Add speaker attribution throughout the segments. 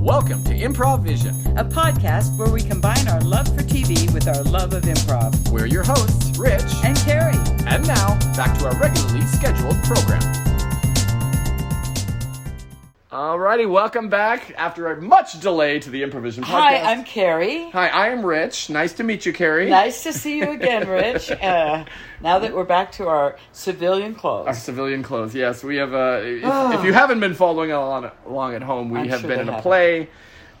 Speaker 1: Welcome to Improv Vision.
Speaker 2: a podcast where we combine our love for TV with our love of improv.
Speaker 1: We're your hosts, Rich,
Speaker 2: And Carrie,
Speaker 1: and now back to our regularly scheduled program. Alrighty, welcome back after a much delay to the Improvision podcast.
Speaker 2: hi, I'm Carrie.
Speaker 1: Hi, I am Rich. Nice to meet you, Carrie.
Speaker 2: Nice to see you again, Rich. Uh, now that we're back to our civilian
Speaker 1: Our
Speaker 2: clothes,
Speaker 1: civilian clothes. Yes, we have. Uh, if, if you haven't been following along, along at home, we
Speaker 2: Oh. I'm
Speaker 1: have
Speaker 2: sure
Speaker 1: been
Speaker 2: they
Speaker 1: in a
Speaker 2: haven't.
Speaker 1: play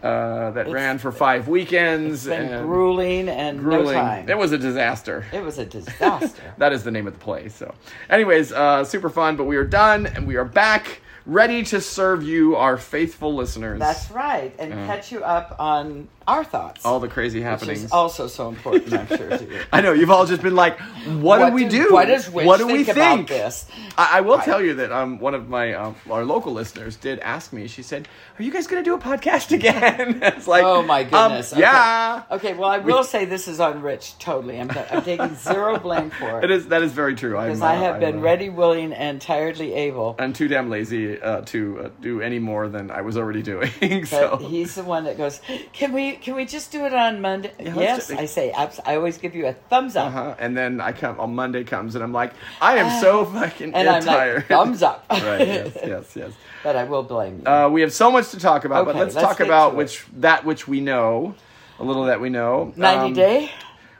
Speaker 1: uh, that ran for five weekends
Speaker 2: it's been
Speaker 1: and
Speaker 2: grueling and no
Speaker 1: grueling.
Speaker 2: time.
Speaker 1: It was a disaster.
Speaker 2: It was a disaster.
Speaker 1: That is the name of the play. So, anyways, uh, super fun. But we are done, and we are back, ready to serve you, our faithful listeners.
Speaker 2: That's right, and catch you up on our thoughts,
Speaker 1: all the crazy
Speaker 2: which
Speaker 1: happenings.
Speaker 2: is also so important, I'm sure, to you.
Speaker 1: I know you've all just been like, "What, do we do?
Speaker 2: What does Rich
Speaker 1: What do
Speaker 2: think
Speaker 1: we
Speaker 2: about
Speaker 1: think?"
Speaker 2: this?
Speaker 1: I, I will tell you that um, one of my um, our local listeners did ask me. She said, "Are you guys going to do a podcast again?" it's like,
Speaker 2: Oh my
Speaker 1: um,
Speaker 2: goodness! Okay.
Speaker 1: yeah,
Speaker 2: Okay. Well, I will say this is on Rich totally. I'm, I'm taking zero blame for
Speaker 1: it is. That is very true. I'm,
Speaker 2: Because I
Speaker 1: uh,
Speaker 2: have
Speaker 1: I'm,
Speaker 2: been
Speaker 1: uh,
Speaker 2: ready, willing, and tiredly able.
Speaker 1: I'm too damn lazy uh, to uh, do any more than I was already doing. so
Speaker 2: But he's the one that goes, "Can we? Can we just do it on Monday?"
Speaker 1: let's
Speaker 2: yes,
Speaker 1: do it.
Speaker 2: I say. abs- I always give you a thumbs up,
Speaker 1: Uh-huh. And then I come on Monday comes and I'm like, I am so fucking
Speaker 2: and I'm
Speaker 1: tired.
Speaker 2: like, "Thumbs up."
Speaker 1: right. Yes. Yes. Yes.
Speaker 2: but I will blame you.
Speaker 1: Uh, we have so much to talk about, but
Speaker 2: Okay,
Speaker 1: let's,
Speaker 2: let's
Speaker 1: talk
Speaker 2: get
Speaker 1: about
Speaker 2: to it.
Speaker 1: which that which we know, a little that we know.
Speaker 2: Ninety
Speaker 1: Um,
Speaker 2: day.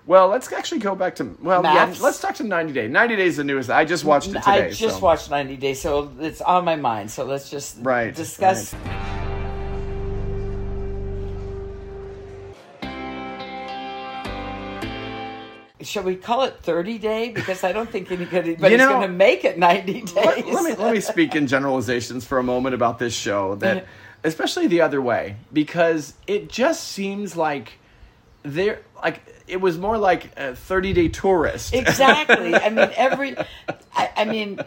Speaker 1: Well, let's actually go back to well, yeah,
Speaker 2: Maps.
Speaker 1: let's talk to ninety day. Ninety days is the newest. I just watched it today.
Speaker 2: I just
Speaker 1: so-
Speaker 2: watched ninety day, so it's on my mind. So let's just
Speaker 1: Right,
Speaker 2: discuss. Shall we call it thirty day? Because I don't think anybody's
Speaker 1: know,
Speaker 2: going to make it ninety days.
Speaker 1: Let, let me let me speak in generalizations for a moment about this show that, especially the other way, because it just seems like there like it was more like a thirty day tourist.
Speaker 2: Exactly. I mean, every. I, I mean,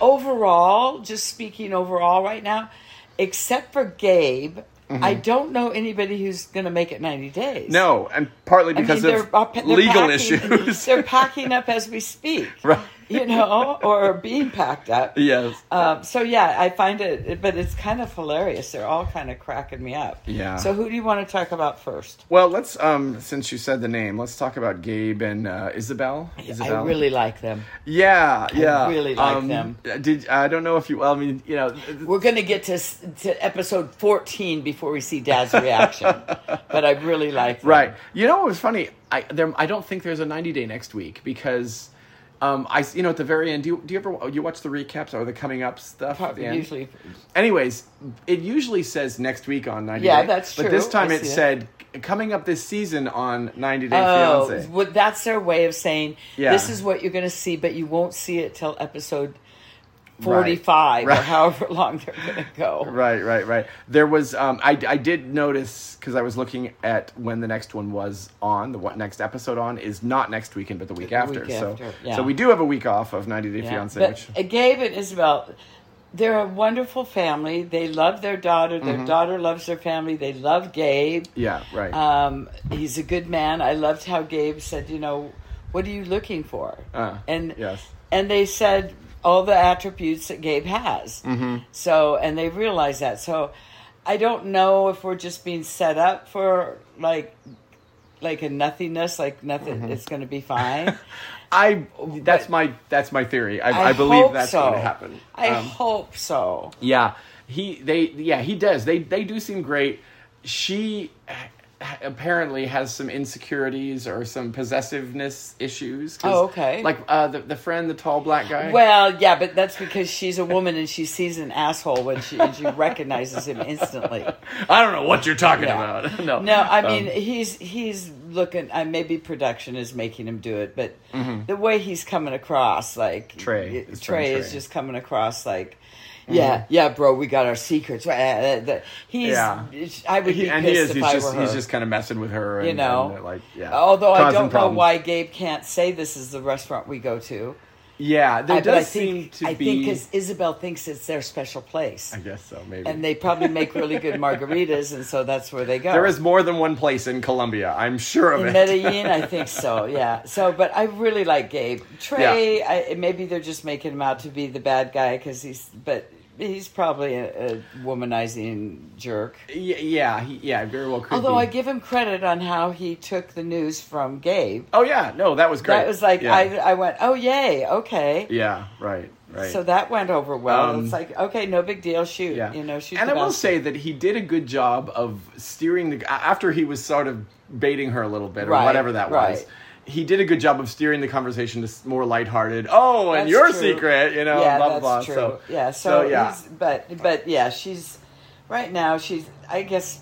Speaker 2: overall, just speaking overall right now, except for Gabe, I don't know anybody who's going to make it ninety days.
Speaker 1: Mm-hmm. No, and partly
Speaker 2: I mean,
Speaker 1: because
Speaker 2: they're,
Speaker 1: of
Speaker 2: uh, they're
Speaker 1: legal
Speaker 2: packing,
Speaker 1: issues.
Speaker 2: They're packing up as we speak,
Speaker 1: Right.
Speaker 2: You know, or being packed up.
Speaker 1: yes.
Speaker 2: Um, so yeah, I find it, but it's kind of hilarious. They're all kind of cracking me up.
Speaker 1: Yeah.
Speaker 2: So who do you want to talk about first?
Speaker 1: Well, let's um since you said the name, let's talk about Gabe and uh, Isabel. Isabel.
Speaker 2: I really like them.
Speaker 1: yeah, yeah. Um, uh,
Speaker 2: really like them.
Speaker 1: Did I don't know if you? Well, I mean, you know,
Speaker 2: We're going to get to, s- to episode 14 before we see Dad's reaction, but I really like them.
Speaker 1: right? You know what was funny? I there, I don't think there's a 90 day next week because. Um, I you know at the very end do you, do you ever you watch the recaps or the coming up stuff? at the
Speaker 2: Probably
Speaker 1: end?
Speaker 2: usually.
Speaker 1: Anyways, it usually says next week on 90
Speaker 2: Yeah,
Speaker 1: Day,
Speaker 2: that's
Speaker 1: But
Speaker 2: true.
Speaker 1: this time
Speaker 2: I
Speaker 1: it
Speaker 2: see it.
Speaker 1: said coming up this season on 90 Day
Speaker 2: Oh,
Speaker 1: Fiance.
Speaker 2: well, that's their way of saying
Speaker 1: Yeah.
Speaker 2: this is what you're going to see, but you won't see it till episode 45
Speaker 1: Right.
Speaker 2: or however long they're going to go.
Speaker 1: Right, right, right. There was um, I I did notice because I was looking at when the next one was on. The what next episode on is not next weekend, but the week after. so
Speaker 2: after, yeah.
Speaker 1: so we do have a week off of 90 Day
Speaker 2: Yeah.
Speaker 1: Fiance.
Speaker 2: But
Speaker 1: which,
Speaker 2: uh, Gabe and Isabel, they're a wonderful family. They love their daughter. Their
Speaker 1: Mm-hmm.
Speaker 2: daughter loves their family. They love Gabe.
Speaker 1: yeah, right.
Speaker 2: Um, he's a good man. I loved how Gabe said, you know, what are you looking for?
Speaker 1: Uh,
Speaker 2: and
Speaker 1: yes.
Speaker 2: and they said all the attributes that Gabe has. Mm-hmm. So and they realized that. So I don't know if we're just being set up for like like a nothingness, like nothing.
Speaker 1: Mm-hmm.
Speaker 2: It's going to be fine.
Speaker 1: I that's
Speaker 2: but-
Speaker 1: my that's my theory. I, I, believe
Speaker 2: hope
Speaker 1: that's
Speaker 2: so.
Speaker 1: going to happen.
Speaker 2: I
Speaker 1: Um,
Speaker 2: hope so.
Speaker 1: Yeah, he they yeah he does. They they do seem great. She ha- apparently has some insecurities or some possessiveness issues. 'cause,
Speaker 2: Oh, okay.
Speaker 1: Like uh, the the friend, the tall black guy.
Speaker 2: Well, yeah, but that's because she's a woman and she sees an asshole when she and she recognizes him instantly.
Speaker 1: I don't know what you're talking
Speaker 2: Yeah.
Speaker 1: about. no,
Speaker 2: No, I
Speaker 1: Um,
Speaker 2: mean he's he's looking. I maybe production is making him do it, but the way he's coming across, like
Speaker 1: Mm-hmm. Trey.
Speaker 2: Trey,
Speaker 1: It's from Trey. Mm-hmm.
Speaker 2: is just coming across like. Yeah, yeah, bro, we got our secrets. Uh, uh, the- He's,
Speaker 1: Yeah.
Speaker 2: I would be
Speaker 1: he,
Speaker 2: pissed
Speaker 1: and he is.
Speaker 2: if
Speaker 1: He's
Speaker 2: I
Speaker 1: just
Speaker 2: were her.
Speaker 1: he's just kind of messing with her. And,
Speaker 2: you know,
Speaker 1: and, uh, like yeah.
Speaker 2: Although I
Speaker 1: causing
Speaker 2: don't know
Speaker 1: problems.
Speaker 2: why Gabe can't say this is the restaurant we go to.
Speaker 1: Yeah, there
Speaker 2: I, but I
Speaker 1: does seem
Speaker 2: think
Speaker 1: to
Speaker 2: I
Speaker 1: be.
Speaker 2: think because Isabel thinks it's their special place,
Speaker 1: I guess so. Maybe.
Speaker 2: and they probably make really good margaritas, and so that's where they go.
Speaker 1: there is more than one place in Colombia. I'm sure of
Speaker 2: In
Speaker 1: it.
Speaker 2: Medellin, I think so. Yeah. So, but I really like Gabe Trey. I, maybe they're just making him out to be the bad guy because he's. But he's probably a, a womanizing jerk.
Speaker 1: Y- yeah, he, yeah, very well could.
Speaker 2: Although
Speaker 1: be.
Speaker 2: I give him credit on how he took the news from Gabe.
Speaker 1: oh yeah, no, that was great.
Speaker 2: That was like
Speaker 1: yeah.
Speaker 2: I I went, "Oh yay, okay."
Speaker 1: yeah, right, right.
Speaker 2: So that went over well.
Speaker 1: Um,
Speaker 2: it's like, okay, no big deal. Shoot, you know, shoot.
Speaker 1: and
Speaker 2: the
Speaker 1: I will
Speaker 2: basket.
Speaker 1: say that he did a good job of steering the after he was sort of baiting her a little bit or
Speaker 2: Right,
Speaker 1: whatever that was.
Speaker 2: right.
Speaker 1: He did a good job of steering the conversation to s- more lighthearted. Oh, and
Speaker 2: That's
Speaker 1: your
Speaker 2: true.
Speaker 1: secret, you know,
Speaker 2: yeah,
Speaker 1: blah blah.
Speaker 2: that's
Speaker 1: blah.
Speaker 2: True.
Speaker 1: So
Speaker 2: yeah, so,
Speaker 1: yeah,
Speaker 2: he's- but but yeah, she's right now. She's I guess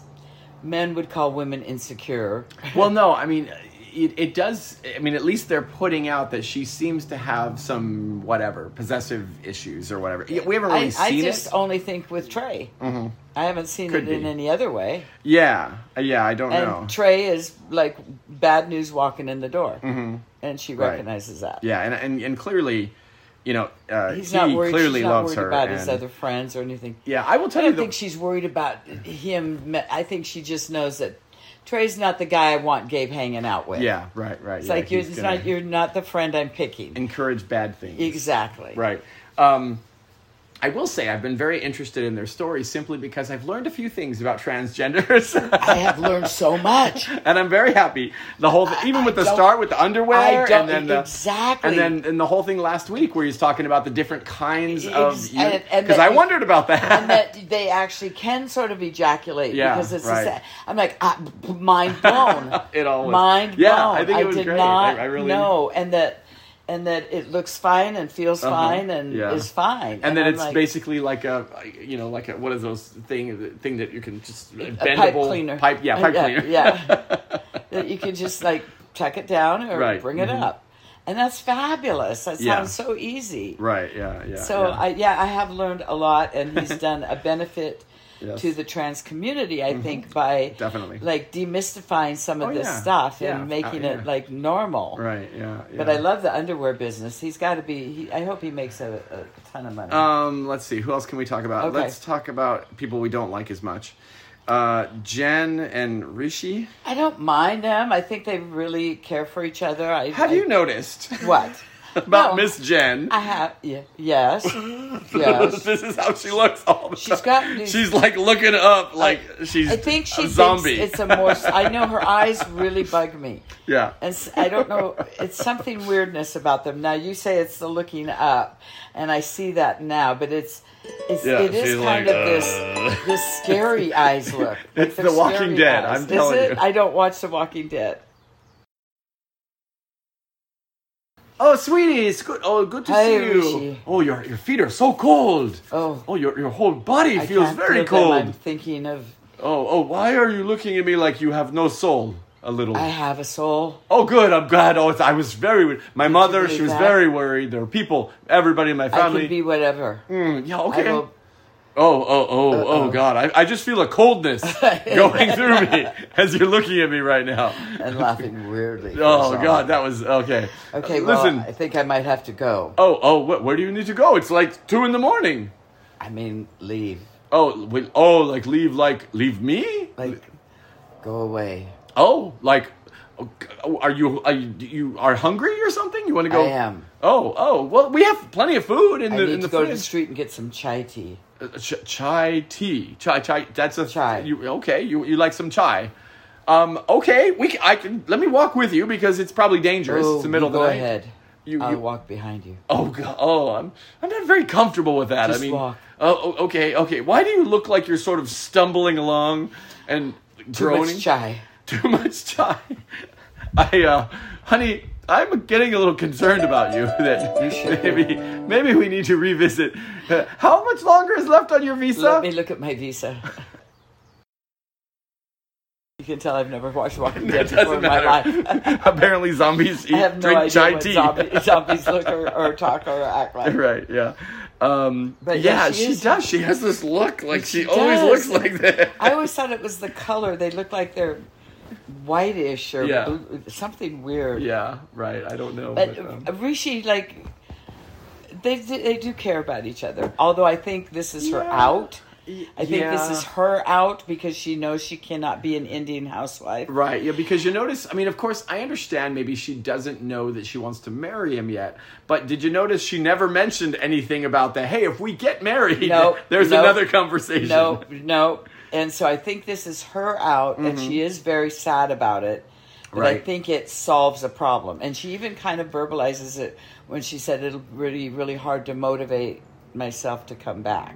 Speaker 2: men would call women insecure.
Speaker 1: well, no, I mean, it, it does. I mean, at least they're putting out that she seems to have some whatever possessive issues or whatever. Yeah, We haven't really
Speaker 2: I, I
Speaker 1: seen
Speaker 2: just
Speaker 1: it.
Speaker 2: only think with Trey. Mm-hmm. I haven't seen
Speaker 1: Could
Speaker 2: it in
Speaker 1: be.
Speaker 2: any other way.
Speaker 1: Yeah, yeah, I don't
Speaker 2: And
Speaker 1: know.
Speaker 2: Trey is like bad news walking in the door, mm-hmm. and she
Speaker 1: Right.
Speaker 2: recognizes that.
Speaker 1: yeah, and, and and clearly, you know, uh,
Speaker 2: He's
Speaker 1: he
Speaker 2: not worried.
Speaker 1: clearly
Speaker 2: she's not
Speaker 1: loves
Speaker 2: worried
Speaker 1: her.
Speaker 2: about his
Speaker 1: and-
Speaker 2: other friends or anything.
Speaker 1: yeah, I will
Speaker 2: I
Speaker 1: tell you.
Speaker 2: don't
Speaker 1: The,
Speaker 2: think she's worried about him. I think she just knows that Trey's not the guy I want Gabe hanging out with.
Speaker 1: Yeah, right, right.
Speaker 2: It's like you're, it's not, you're not the friend I'm picking.
Speaker 1: encourage bad things.
Speaker 2: exactly.
Speaker 1: Right. Um, I will say I've been very interested in their story simply because I've learned a few things about transgenders,
Speaker 2: I have learned so much.
Speaker 1: and I'm very happy. The whole, th- even
Speaker 2: I
Speaker 1: with the
Speaker 2: don't-
Speaker 1: start with the underwear,
Speaker 2: I don't-
Speaker 1: and then the,
Speaker 2: exactly.
Speaker 1: and then and the whole thing last week where he's talking about the different kinds of
Speaker 2: Ex- and- and
Speaker 1: because
Speaker 2: that
Speaker 1: I
Speaker 2: he-
Speaker 1: wondered about that.
Speaker 2: And that they actually can sort of ejaculate
Speaker 1: Yeah,
Speaker 2: because it's
Speaker 1: right.
Speaker 2: the sa- I'm like ah, b- mind blown.
Speaker 1: It all was-
Speaker 2: mind
Speaker 1: Yeah,
Speaker 2: blown.
Speaker 1: I think it was
Speaker 2: did
Speaker 1: great.
Speaker 2: not
Speaker 1: I- I really-
Speaker 2: know, and that and that it looks fine and feels fine and
Speaker 1: Uh-huh. yeah.
Speaker 2: is fine.
Speaker 1: and then
Speaker 2: I'm
Speaker 1: it's
Speaker 2: like,
Speaker 1: basically like a you know like a what is those thing thing that you can just
Speaker 2: a
Speaker 1: bendable
Speaker 2: pipe cleaner. Uh,
Speaker 1: pipe yeah pipe
Speaker 2: yeah,
Speaker 1: cleaner
Speaker 2: Yeah. that you can just like tuck it down or
Speaker 1: Right,
Speaker 2: bring it
Speaker 1: mhm.
Speaker 2: up. And that's fabulous. That
Speaker 1: Yeah.
Speaker 2: sounds so easy.
Speaker 1: right yeah yeah
Speaker 2: So
Speaker 1: yeah.
Speaker 2: I yeah, I have learned a lot and he's done a benefit
Speaker 1: Yes. Mm-hmm.
Speaker 2: to the trans community, I think, by
Speaker 1: Definitely.
Speaker 2: like demystifying some of
Speaker 1: Oh,
Speaker 2: this
Speaker 1: yeah.
Speaker 2: stuff
Speaker 1: Yeah.
Speaker 2: and making
Speaker 1: Uh, yeah.
Speaker 2: it like normal.
Speaker 1: right yeah, yeah
Speaker 2: But I love the underwear business. He's got to be. He, I hope he makes a, a ton of money.
Speaker 1: Um, let's see. Who else can we talk about?
Speaker 2: Okay.
Speaker 1: Let's talk about people we don't like as much. Uh, Jen and Rishi.
Speaker 2: I don't mind them. I think they really care for each other. I,
Speaker 1: Have
Speaker 2: I-
Speaker 1: you noticed
Speaker 2: what
Speaker 1: about
Speaker 2: No.
Speaker 1: Miss Jen?
Speaker 2: I have. Yeah, yes. Yes.
Speaker 1: this is how she looks all the
Speaker 2: She's
Speaker 1: time.
Speaker 2: got these-
Speaker 1: she's like looking up, like she's
Speaker 2: I think she
Speaker 1: a
Speaker 2: thinks
Speaker 1: zombie.
Speaker 2: it's a more. I know her eyes really bug me.
Speaker 1: yeah.
Speaker 2: And s- I don't know. It's something weirdness about them. Now you say it's the looking up, and I see that now. But it's it's
Speaker 1: Yeah,
Speaker 2: it
Speaker 1: she's
Speaker 2: is kind
Speaker 1: like,
Speaker 2: of
Speaker 1: "Uh."
Speaker 2: this this scary eyes look. Like
Speaker 1: It's
Speaker 2: the
Speaker 1: The Walking
Speaker 2: scary
Speaker 1: Dead,
Speaker 2: eyes.
Speaker 1: I'm telling
Speaker 2: is it?
Speaker 1: you.
Speaker 2: I don't watch The Walking Dead.
Speaker 1: Oh, sweetie, it's good. Oh, good to
Speaker 2: Hi,
Speaker 1: see you.
Speaker 2: Rishi.
Speaker 1: Oh, your your feet are so cold.
Speaker 2: Oh.
Speaker 1: Oh, your your whole body
Speaker 2: I
Speaker 1: feels
Speaker 2: can't
Speaker 1: very
Speaker 2: feel them.
Speaker 1: cold.
Speaker 2: I'm thinking of
Speaker 1: Oh, oh, why are you looking at me like you have no soul? A little.
Speaker 2: I have a soul.
Speaker 1: Oh, good. I'm glad. Oh, it's, I was very. wor- My mother, she
Speaker 2: believe
Speaker 1: was
Speaker 2: that?
Speaker 1: very worried. There were people, everybody in my
Speaker 2: I
Speaker 1: family.
Speaker 2: can be whatever.
Speaker 1: Mm, yeah.
Speaker 2: I
Speaker 1: Okay.
Speaker 2: will-
Speaker 1: Oh, oh, oh, oh,
Speaker 2: Uh-oh.
Speaker 1: God! I, I just feel a coldness going through me as you're looking at me right now.
Speaker 2: and laughing weirdly.
Speaker 1: Oh
Speaker 2: Sorry.
Speaker 1: God, that was okay.
Speaker 2: Okay,
Speaker 1: Uh,
Speaker 2: well,
Speaker 1: listen.
Speaker 2: I think I might have to go.
Speaker 1: oh, oh, wh- where do you need to go? It's like two in the morning.
Speaker 2: I mean, leave.
Speaker 1: Oh, wait, oh, like leave, like leave me.
Speaker 2: Like, go away.
Speaker 1: oh, like, oh, are you are you, you are hungry or something? You want to go?
Speaker 2: I am.
Speaker 1: Oh, oh, well, we have plenty of food in
Speaker 2: I
Speaker 1: the
Speaker 2: need
Speaker 1: in
Speaker 2: to
Speaker 1: the
Speaker 2: go to the
Speaker 1: fridge.
Speaker 2: street and get some chai tea.
Speaker 1: Uh, ch- chai tea. Chai chai. That's a
Speaker 2: Chai.
Speaker 1: You, okay, you you like some chai? Um, okay, we can, I can let me walk with you because it's probably dangerous.
Speaker 2: Oh,
Speaker 1: it's the middle
Speaker 2: you
Speaker 1: of the
Speaker 2: go
Speaker 1: night.
Speaker 2: ahead.
Speaker 1: You-
Speaker 2: I'll
Speaker 1: you-
Speaker 2: walk behind you.
Speaker 1: Oh god. Oh, I'm I'm not very comfortable with that.
Speaker 2: Just
Speaker 1: I mean,
Speaker 2: walk.
Speaker 1: oh, oh, okay, okay. Why do you look like you're sort of stumbling along and
Speaker 2: Too
Speaker 1: groaning?
Speaker 2: much chai.
Speaker 1: Too much chai. I, uh, honey, I'm getting a little concerned about you. That
Speaker 2: You should be.
Speaker 1: maybe maybe we need to revisit. Uh, how much longer is left on your visa?
Speaker 2: Let me look at my visa. you can tell I've never watched Walking Dead
Speaker 1: That
Speaker 2: before
Speaker 1: doesn't
Speaker 2: in my
Speaker 1: matter.
Speaker 2: life.
Speaker 1: Apparently, zombies eat
Speaker 2: I have no
Speaker 1: drink
Speaker 2: idea
Speaker 1: chai
Speaker 2: what
Speaker 1: tea.
Speaker 2: zombie, zombies look or, or talk or act like.
Speaker 1: right? Yeah. Um,
Speaker 2: But
Speaker 1: yeah,
Speaker 2: yeah,
Speaker 1: she,
Speaker 2: she is-
Speaker 1: does. She has this look like she,
Speaker 2: She
Speaker 1: always looks
Speaker 2: does.
Speaker 1: like that.
Speaker 2: I always thought it was the color. They look like they're whitish or
Speaker 1: Yeah.
Speaker 2: blue, something weird.
Speaker 1: yeah. Right. I don't know.
Speaker 2: But
Speaker 1: but, um,
Speaker 2: uh, Rishi, like, they do- they do care about each other. Although I think this is her
Speaker 1: Yeah.
Speaker 2: out. I think this
Speaker 1: yeah.
Speaker 2: is her out because she knows she cannot be an Indian housewife.
Speaker 1: Right. Yeah, because you notice, I mean, of course, I understand maybe she doesn't know that she wants to marry him yet, but did you notice she never mentioned anything about that? Hey, if we get married,
Speaker 2: Nope,
Speaker 1: there's
Speaker 2: nope,
Speaker 1: another conversation.
Speaker 2: No, no. And so I think this is her out, and she is very sad about it. But I
Speaker 1: Mm-hmm. Right.
Speaker 2: think it solves a problem. And she even kind of verbalizes it when she said it'll really, really hard to motivate myself to come back.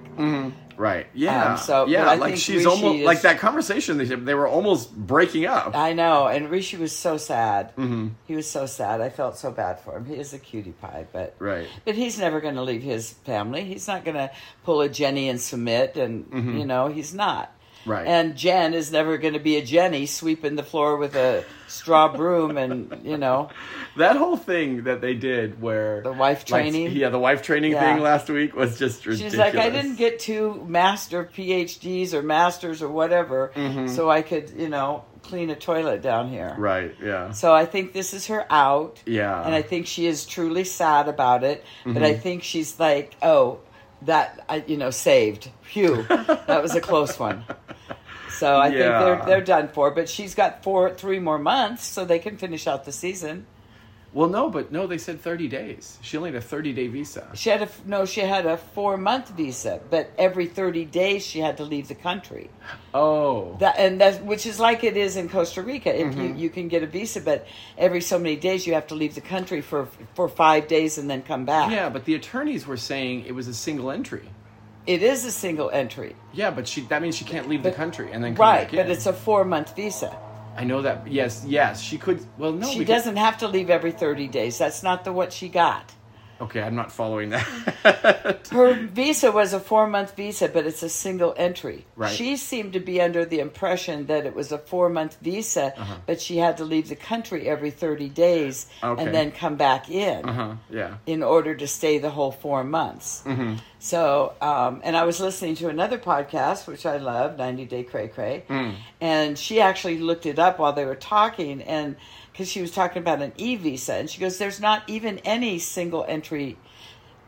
Speaker 1: Right. Yeah.
Speaker 2: Um, so, but
Speaker 1: yeah,
Speaker 2: I
Speaker 1: like
Speaker 2: think
Speaker 1: she's
Speaker 2: Rishi
Speaker 1: almost like
Speaker 2: is-
Speaker 1: that conversation they they were almost breaking up.
Speaker 2: I know. And Rishi was so sad. Mm-hmm. He was so sad. I felt so bad for him. He is a cutie pie, but
Speaker 1: Right.
Speaker 2: But he's never going to leave his family. He's not going to pull a Jenny and submit, and you know he's not.
Speaker 1: Mm-hmm. Right.
Speaker 2: And Jen is never going to be a Jenny sweeping the floor with a straw broom, and you know
Speaker 1: That whole thing that they did where
Speaker 2: The wife
Speaker 1: like,
Speaker 2: training?
Speaker 1: yeah, the wife training
Speaker 2: Yeah.
Speaker 1: thing last week was just ridiculous.
Speaker 2: she's like, I didn't get two master PhDs or masters or whatever, so I could you know clean a toilet down here.
Speaker 1: Mm-hmm. Right. Yeah.
Speaker 2: So I think this is her out.
Speaker 1: Yeah.
Speaker 2: And I think she is truly sad about it. But
Speaker 1: Mm-hmm.
Speaker 2: I think she's like, oh, that, I, you know, saved. Phew. that was a close one. So I
Speaker 1: Yeah.
Speaker 2: think they're, they're done for. But she's got four, three more months so they can finish out the season.
Speaker 1: Well, no, but no, they said 30 days. She only had a 30 day visa.
Speaker 2: She had a, f- no, she had a four month visa, but every 30 days she had to leave the country.
Speaker 1: Oh.
Speaker 2: That, and that's, which is like it is in Costa Rica. If
Speaker 1: Mm-hmm.
Speaker 2: you, you can get a visa, but every so many days you have to leave the country for, for five days and then come back.
Speaker 1: yeah, but the attorneys were saying it was a single entry.
Speaker 2: It is a single entry.
Speaker 1: Yeah, but she that means she can't leave the
Speaker 2: But-
Speaker 1: country and then come
Speaker 2: Right,
Speaker 1: back in.
Speaker 2: but it's a four month visa.
Speaker 1: I know that. Yes, yes, she could. Well, no,
Speaker 2: She
Speaker 1: because-
Speaker 2: doesn't have to leave every 30 days. That's not the what she got.
Speaker 1: Okay, I'm not following that.
Speaker 2: Her visa was a four month visa, but it's a single entry.
Speaker 1: Right.
Speaker 2: She seemed to be under the impression that it was a four month visa,
Speaker 1: Uh-huh.
Speaker 2: but she had to leave the country every 30 days
Speaker 1: Okay.
Speaker 2: and then come back in.
Speaker 1: uh-huh, yeah.
Speaker 2: in order to stay the whole four months.
Speaker 1: Mm-hmm.
Speaker 2: So, um, and I was listening to another podcast, which I love, 90 Day Cray Cray,
Speaker 1: Mm.
Speaker 2: and she actually looked it up while they were talking, and because she was talking about an e visa, and she goes, There's not even any single entry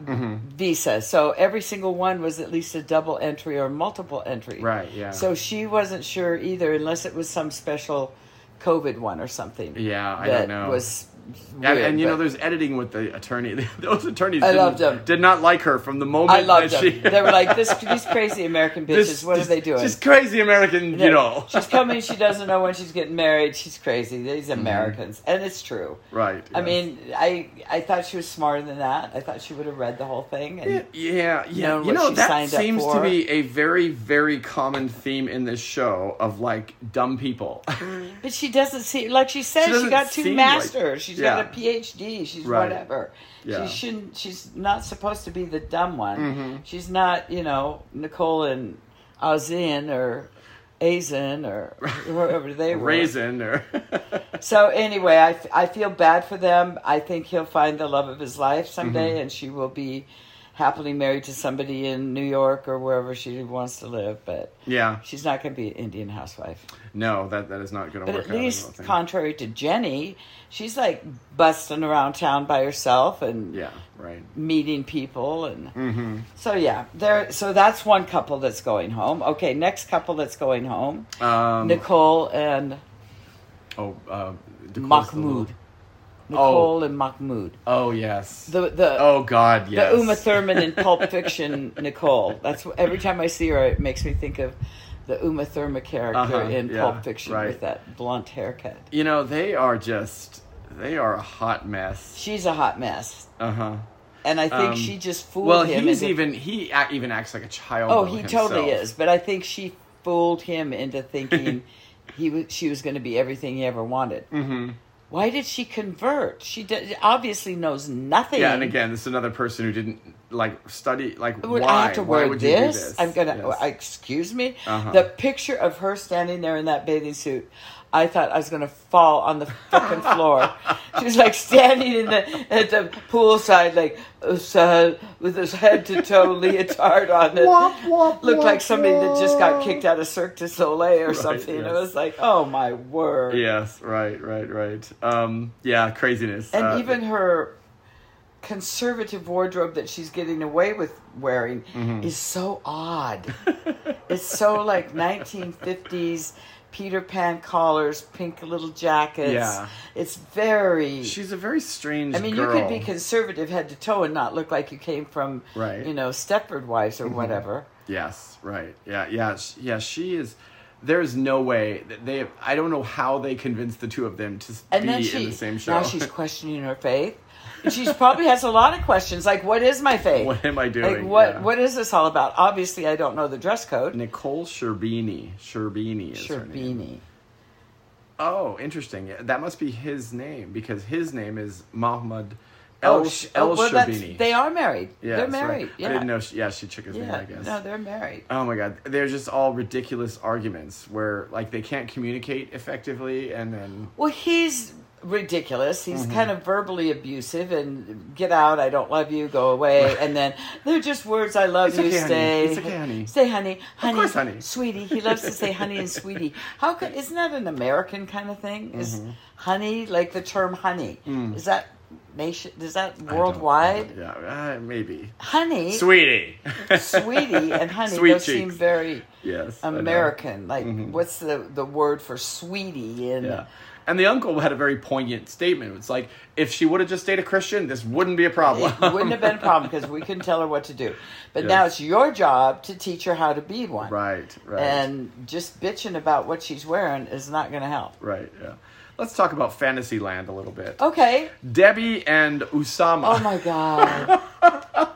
Speaker 1: Mm-hmm.
Speaker 2: visa. So every single one was at least a double entry or multiple entry.
Speaker 1: Right, yeah.
Speaker 2: So she wasn't sure either, unless it was some special COVID one or something.
Speaker 1: Yeah, I
Speaker 2: that
Speaker 1: don't know.
Speaker 2: Was
Speaker 1: And,
Speaker 2: weird,
Speaker 1: and you know,
Speaker 2: but-
Speaker 1: there's editing with the attorney. Those attorneys
Speaker 2: I
Speaker 1: didn't-
Speaker 2: loved them.
Speaker 1: did not like her from the moment
Speaker 2: I loved
Speaker 1: that
Speaker 2: them.
Speaker 1: she.
Speaker 2: they were like, this, these crazy American bitches,
Speaker 1: This-
Speaker 2: what
Speaker 1: this-
Speaker 2: are they doing?
Speaker 1: She's crazy American, you know.
Speaker 2: She's coming, she doesn't know when she's getting married. She's crazy. These Americans. And it's true.
Speaker 1: Right.
Speaker 2: I
Speaker 1: Mm-hmm. yes.
Speaker 2: mean, I I thought she was smarter than that. I thought she would have read the whole thing. And
Speaker 1: Yeah, yeah.
Speaker 2: know
Speaker 1: you
Speaker 2: what
Speaker 1: know,
Speaker 2: she
Speaker 1: that
Speaker 2: signed up
Speaker 1: seems to
Speaker 2: for.
Speaker 1: be a very, very common theme in this show of like dumb people.
Speaker 2: But she doesn't see, like she said,
Speaker 1: She
Speaker 2: she,
Speaker 1: doesn't
Speaker 2: got
Speaker 1: seem
Speaker 2: two
Speaker 1: like-
Speaker 2: masters. She's
Speaker 1: Yeah.
Speaker 2: got a PhD. She's
Speaker 1: Right.
Speaker 2: whatever.
Speaker 1: Yeah. Mm-hmm.
Speaker 2: She shouldn't, she's not supposed to be the dumb one. She's not, you know, Nicole and Azin or Azin or whoever they were.
Speaker 1: Raisin or.
Speaker 2: So anyway, I, f- I feel bad for them. I think he'll find the love of his life someday,
Speaker 1: Mm-hmm.
Speaker 2: and she will be happily married to somebody in New York or wherever she wants to live. But
Speaker 1: yeah.
Speaker 2: she's not going to be an Indian housewife.
Speaker 1: No, that, that is not going to
Speaker 2: But
Speaker 1: work
Speaker 2: at
Speaker 1: out. I
Speaker 2: least,
Speaker 1: don't think.
Speaker 2: contrary to Jenny, she's like busting around town by herself and
Speaker 1: yeah, Mm-hmm. right.
Speaker 2: meeting people, and so yeah, there. So that's one couple that's going home. Okay, next couple that's going home,
Speaker 1: Um,
Speaker 2: Nicole and
Speaker 1: oh, uh, Nicole's the
Speaker 2: Mahmoud.
Speaker 1: little-
Speaker 2: Nicole and Mahmoud.
Speaker 1: Oh, yes.
Speaker 2: The the
Speaker 1: oh, God, yes.
Speaker 2: the Uma Thurman in Pulp Fiction Nicole. That's what, every time I see her, it makes me think of the Uma Thurman character
Speaker 1: Uh-huh,
Speaker 2: in
Speaker 1: yeah,
Speaker 2: Pulp Fiction
Speaker 1: right.
Speaker 2: with that blunt haircut.
Speaker 1: You know, they are just. They are a hot mess.
Speaker 2: She's a hot mess,
Speaker 1: Uh huh.
Speaker 2: and I think
Speaker 1: Um,
Speaker 2: she just fooled
Speaker 1: Well,
Speaker 2: him.
Speaker 1: he's
Speaker 2: into-
Speaker 1: even. He act, even acts like a child.
Speaker 2: oh,
Speaker 1: though,
Speaker 2: he totally
Speaker 1: himself.
Speaker 2: is, but I think she fooled him into thinking he was she was going to be everything he ever wanted. Mm-hmm. Why did she convert? She d- obviously knows nothing.
Speaker 1: Yeah, and again, this is another person who didn't like study. Like,
Speaker 2: would
Speaker 1: why?
Speaker 2: I have to
Speaker 1: why
Speaker 2: wear
Speaker 1: would you do
Speaker 2: this?
Speaker 1: this?
Speaker 2: I'm gonna.
Speaker 1: Yes.
Speaker 2: I- excuse me.
Speaker 1: Uh-huh.
Speaker 2: The picture of her standing there in that bathing suit, I thought I was gonna fall on the fucking floor. she was like standing in the at the poolside, like uh, so- with this head to toe leotard on. It
Speaker 1: Womp, womp,
Speaker 2: looked like
Speaker 1: womp,
Speaker 2: somebody that just got
Speaker 1: womp.
Speaker 2: kicked out of Cirque du Soleil or something.
Speaker 1: yes.
Speaker 2: It was like, oh my word.
Speaker 1: Yes, right, right, right. Um, yeah, craziness.
Speaker 2: And
Speaker 1: Uh,
Speaker 2: even her conservative wardrobe that she's getting away with wearing
Speaker 1: Mm-hmm.
Speaker 2: is so odd. it's so like 1950s Peter Pan collars, pink little jackets.
Speaker 1: Yeah.
Speaker 2: It's very.
Speaker 1: She's a very strange.
Speaker 2: I mean,
Speaker 1: girl.
Speaker 2: you could be conservative head to toe and not look like you came from,
Speaker 1: Right.
Speaker 2: you know, Stepford Wives or whatever.
Speaker 1: Yes, right. Yeah, yeah, sh- yeah. She is. There is no way that they. I don't know how they convinced the two of them to s-
Speaker 2: And
Speaker 1: be
Speaker 2: then she
Speaker 1: in the same show.
Speaker 2: now she's questioning her faith. And She's probably has a lot of questions like, "What is my faith?
Speaker 1: What am I
Speaker 2: Like,
Speaker 1: doing?
Speaker 2: what
Speaker 1: Yeah.
Speaker 2: what is this all about? Obviously, I don't know the dress code.
Speaker 1: Nicole Sherbini. Sherbini is her name.
Speaker 2: Sherbini.
Speaker 1: Oh, interesting. Yeah, That must be his name because his name is Mahmoud El,
Speaker 2: Oh, sh- oh,
Speaker 1: El
Speaker 2: well, that's-
Speaker 1: Sherbini.
Speaker 2: They are married.
Speaker 1: Yeah,
Speaker 2: they're
Speaker 1: that's right.
Speaker 2: married. Yeah.
Speaker 1: I didn't know. She, yeah, she took his name.
Speaker 2: yeah.
Speaker 1: I guess.
Speaker 2: No, they're married.
Speaker 1: Oh my god, they're just all ridiculous arguments where like they can't communicate effectively, and then
Speaker 2: Well, he's ridiculous. He's
Speaker 1: Mm-hmm.
Speaker 2: kind of verbally abusive and get out, I don't love you, go away. And then they're just words I love
Speaker 1: It's
Speaker 2: you,
Speaker 1: okay, honey.
Speaker 2: stay.
Speaker 1: It's okay, honey.
Speaker 2: Stay honey. Honey.
Speaker 1: course, honey.
Speaker 2: Sweetie. He loves to say honey and sweetie. How could isn't that an American kind of thing? Is
Speaker 1: Mm-hmm.
Speaker 2: honey like the term honey? Is that nation is that
Speaker 1: Mm. I don't know.
Speaker 2: worldwide?
Speaker 1: Yeah, uh, maybe.
Speaker 2: Honey
Speaker 1: Sweetie.
Speaker 2: sweetie and honey
Speaker 1: Sweet
Speaker 2: those seem
Speaker 1: cheeks.
Speaker 2: very
Speaker 1: Yes. I know. Mm-hmm.
Speaker 2: American. Like what's the the word for sweetie in
Speaker 1: Yeah. And the uncle had a very poignant statement. It's like, if she would have just stayed a Christian, this wouldn't be a problem.
Speaker 2: It wouldn't have been a problem because we couldn't tell her what to do. But
Speaker 1: Yes.
Speaker 2: now it's your job to teach her how to be one.
Speaker 1: right, right.
Speaker 2: And just bitching about what she's wearing is not going to help.
Speaker 1: right, yeah. Let's talk about Fantasyland a little bit.
Speaker 2: Okay.
Speaker 1: Debbie and Usama.
Speaker 2: Oh my God.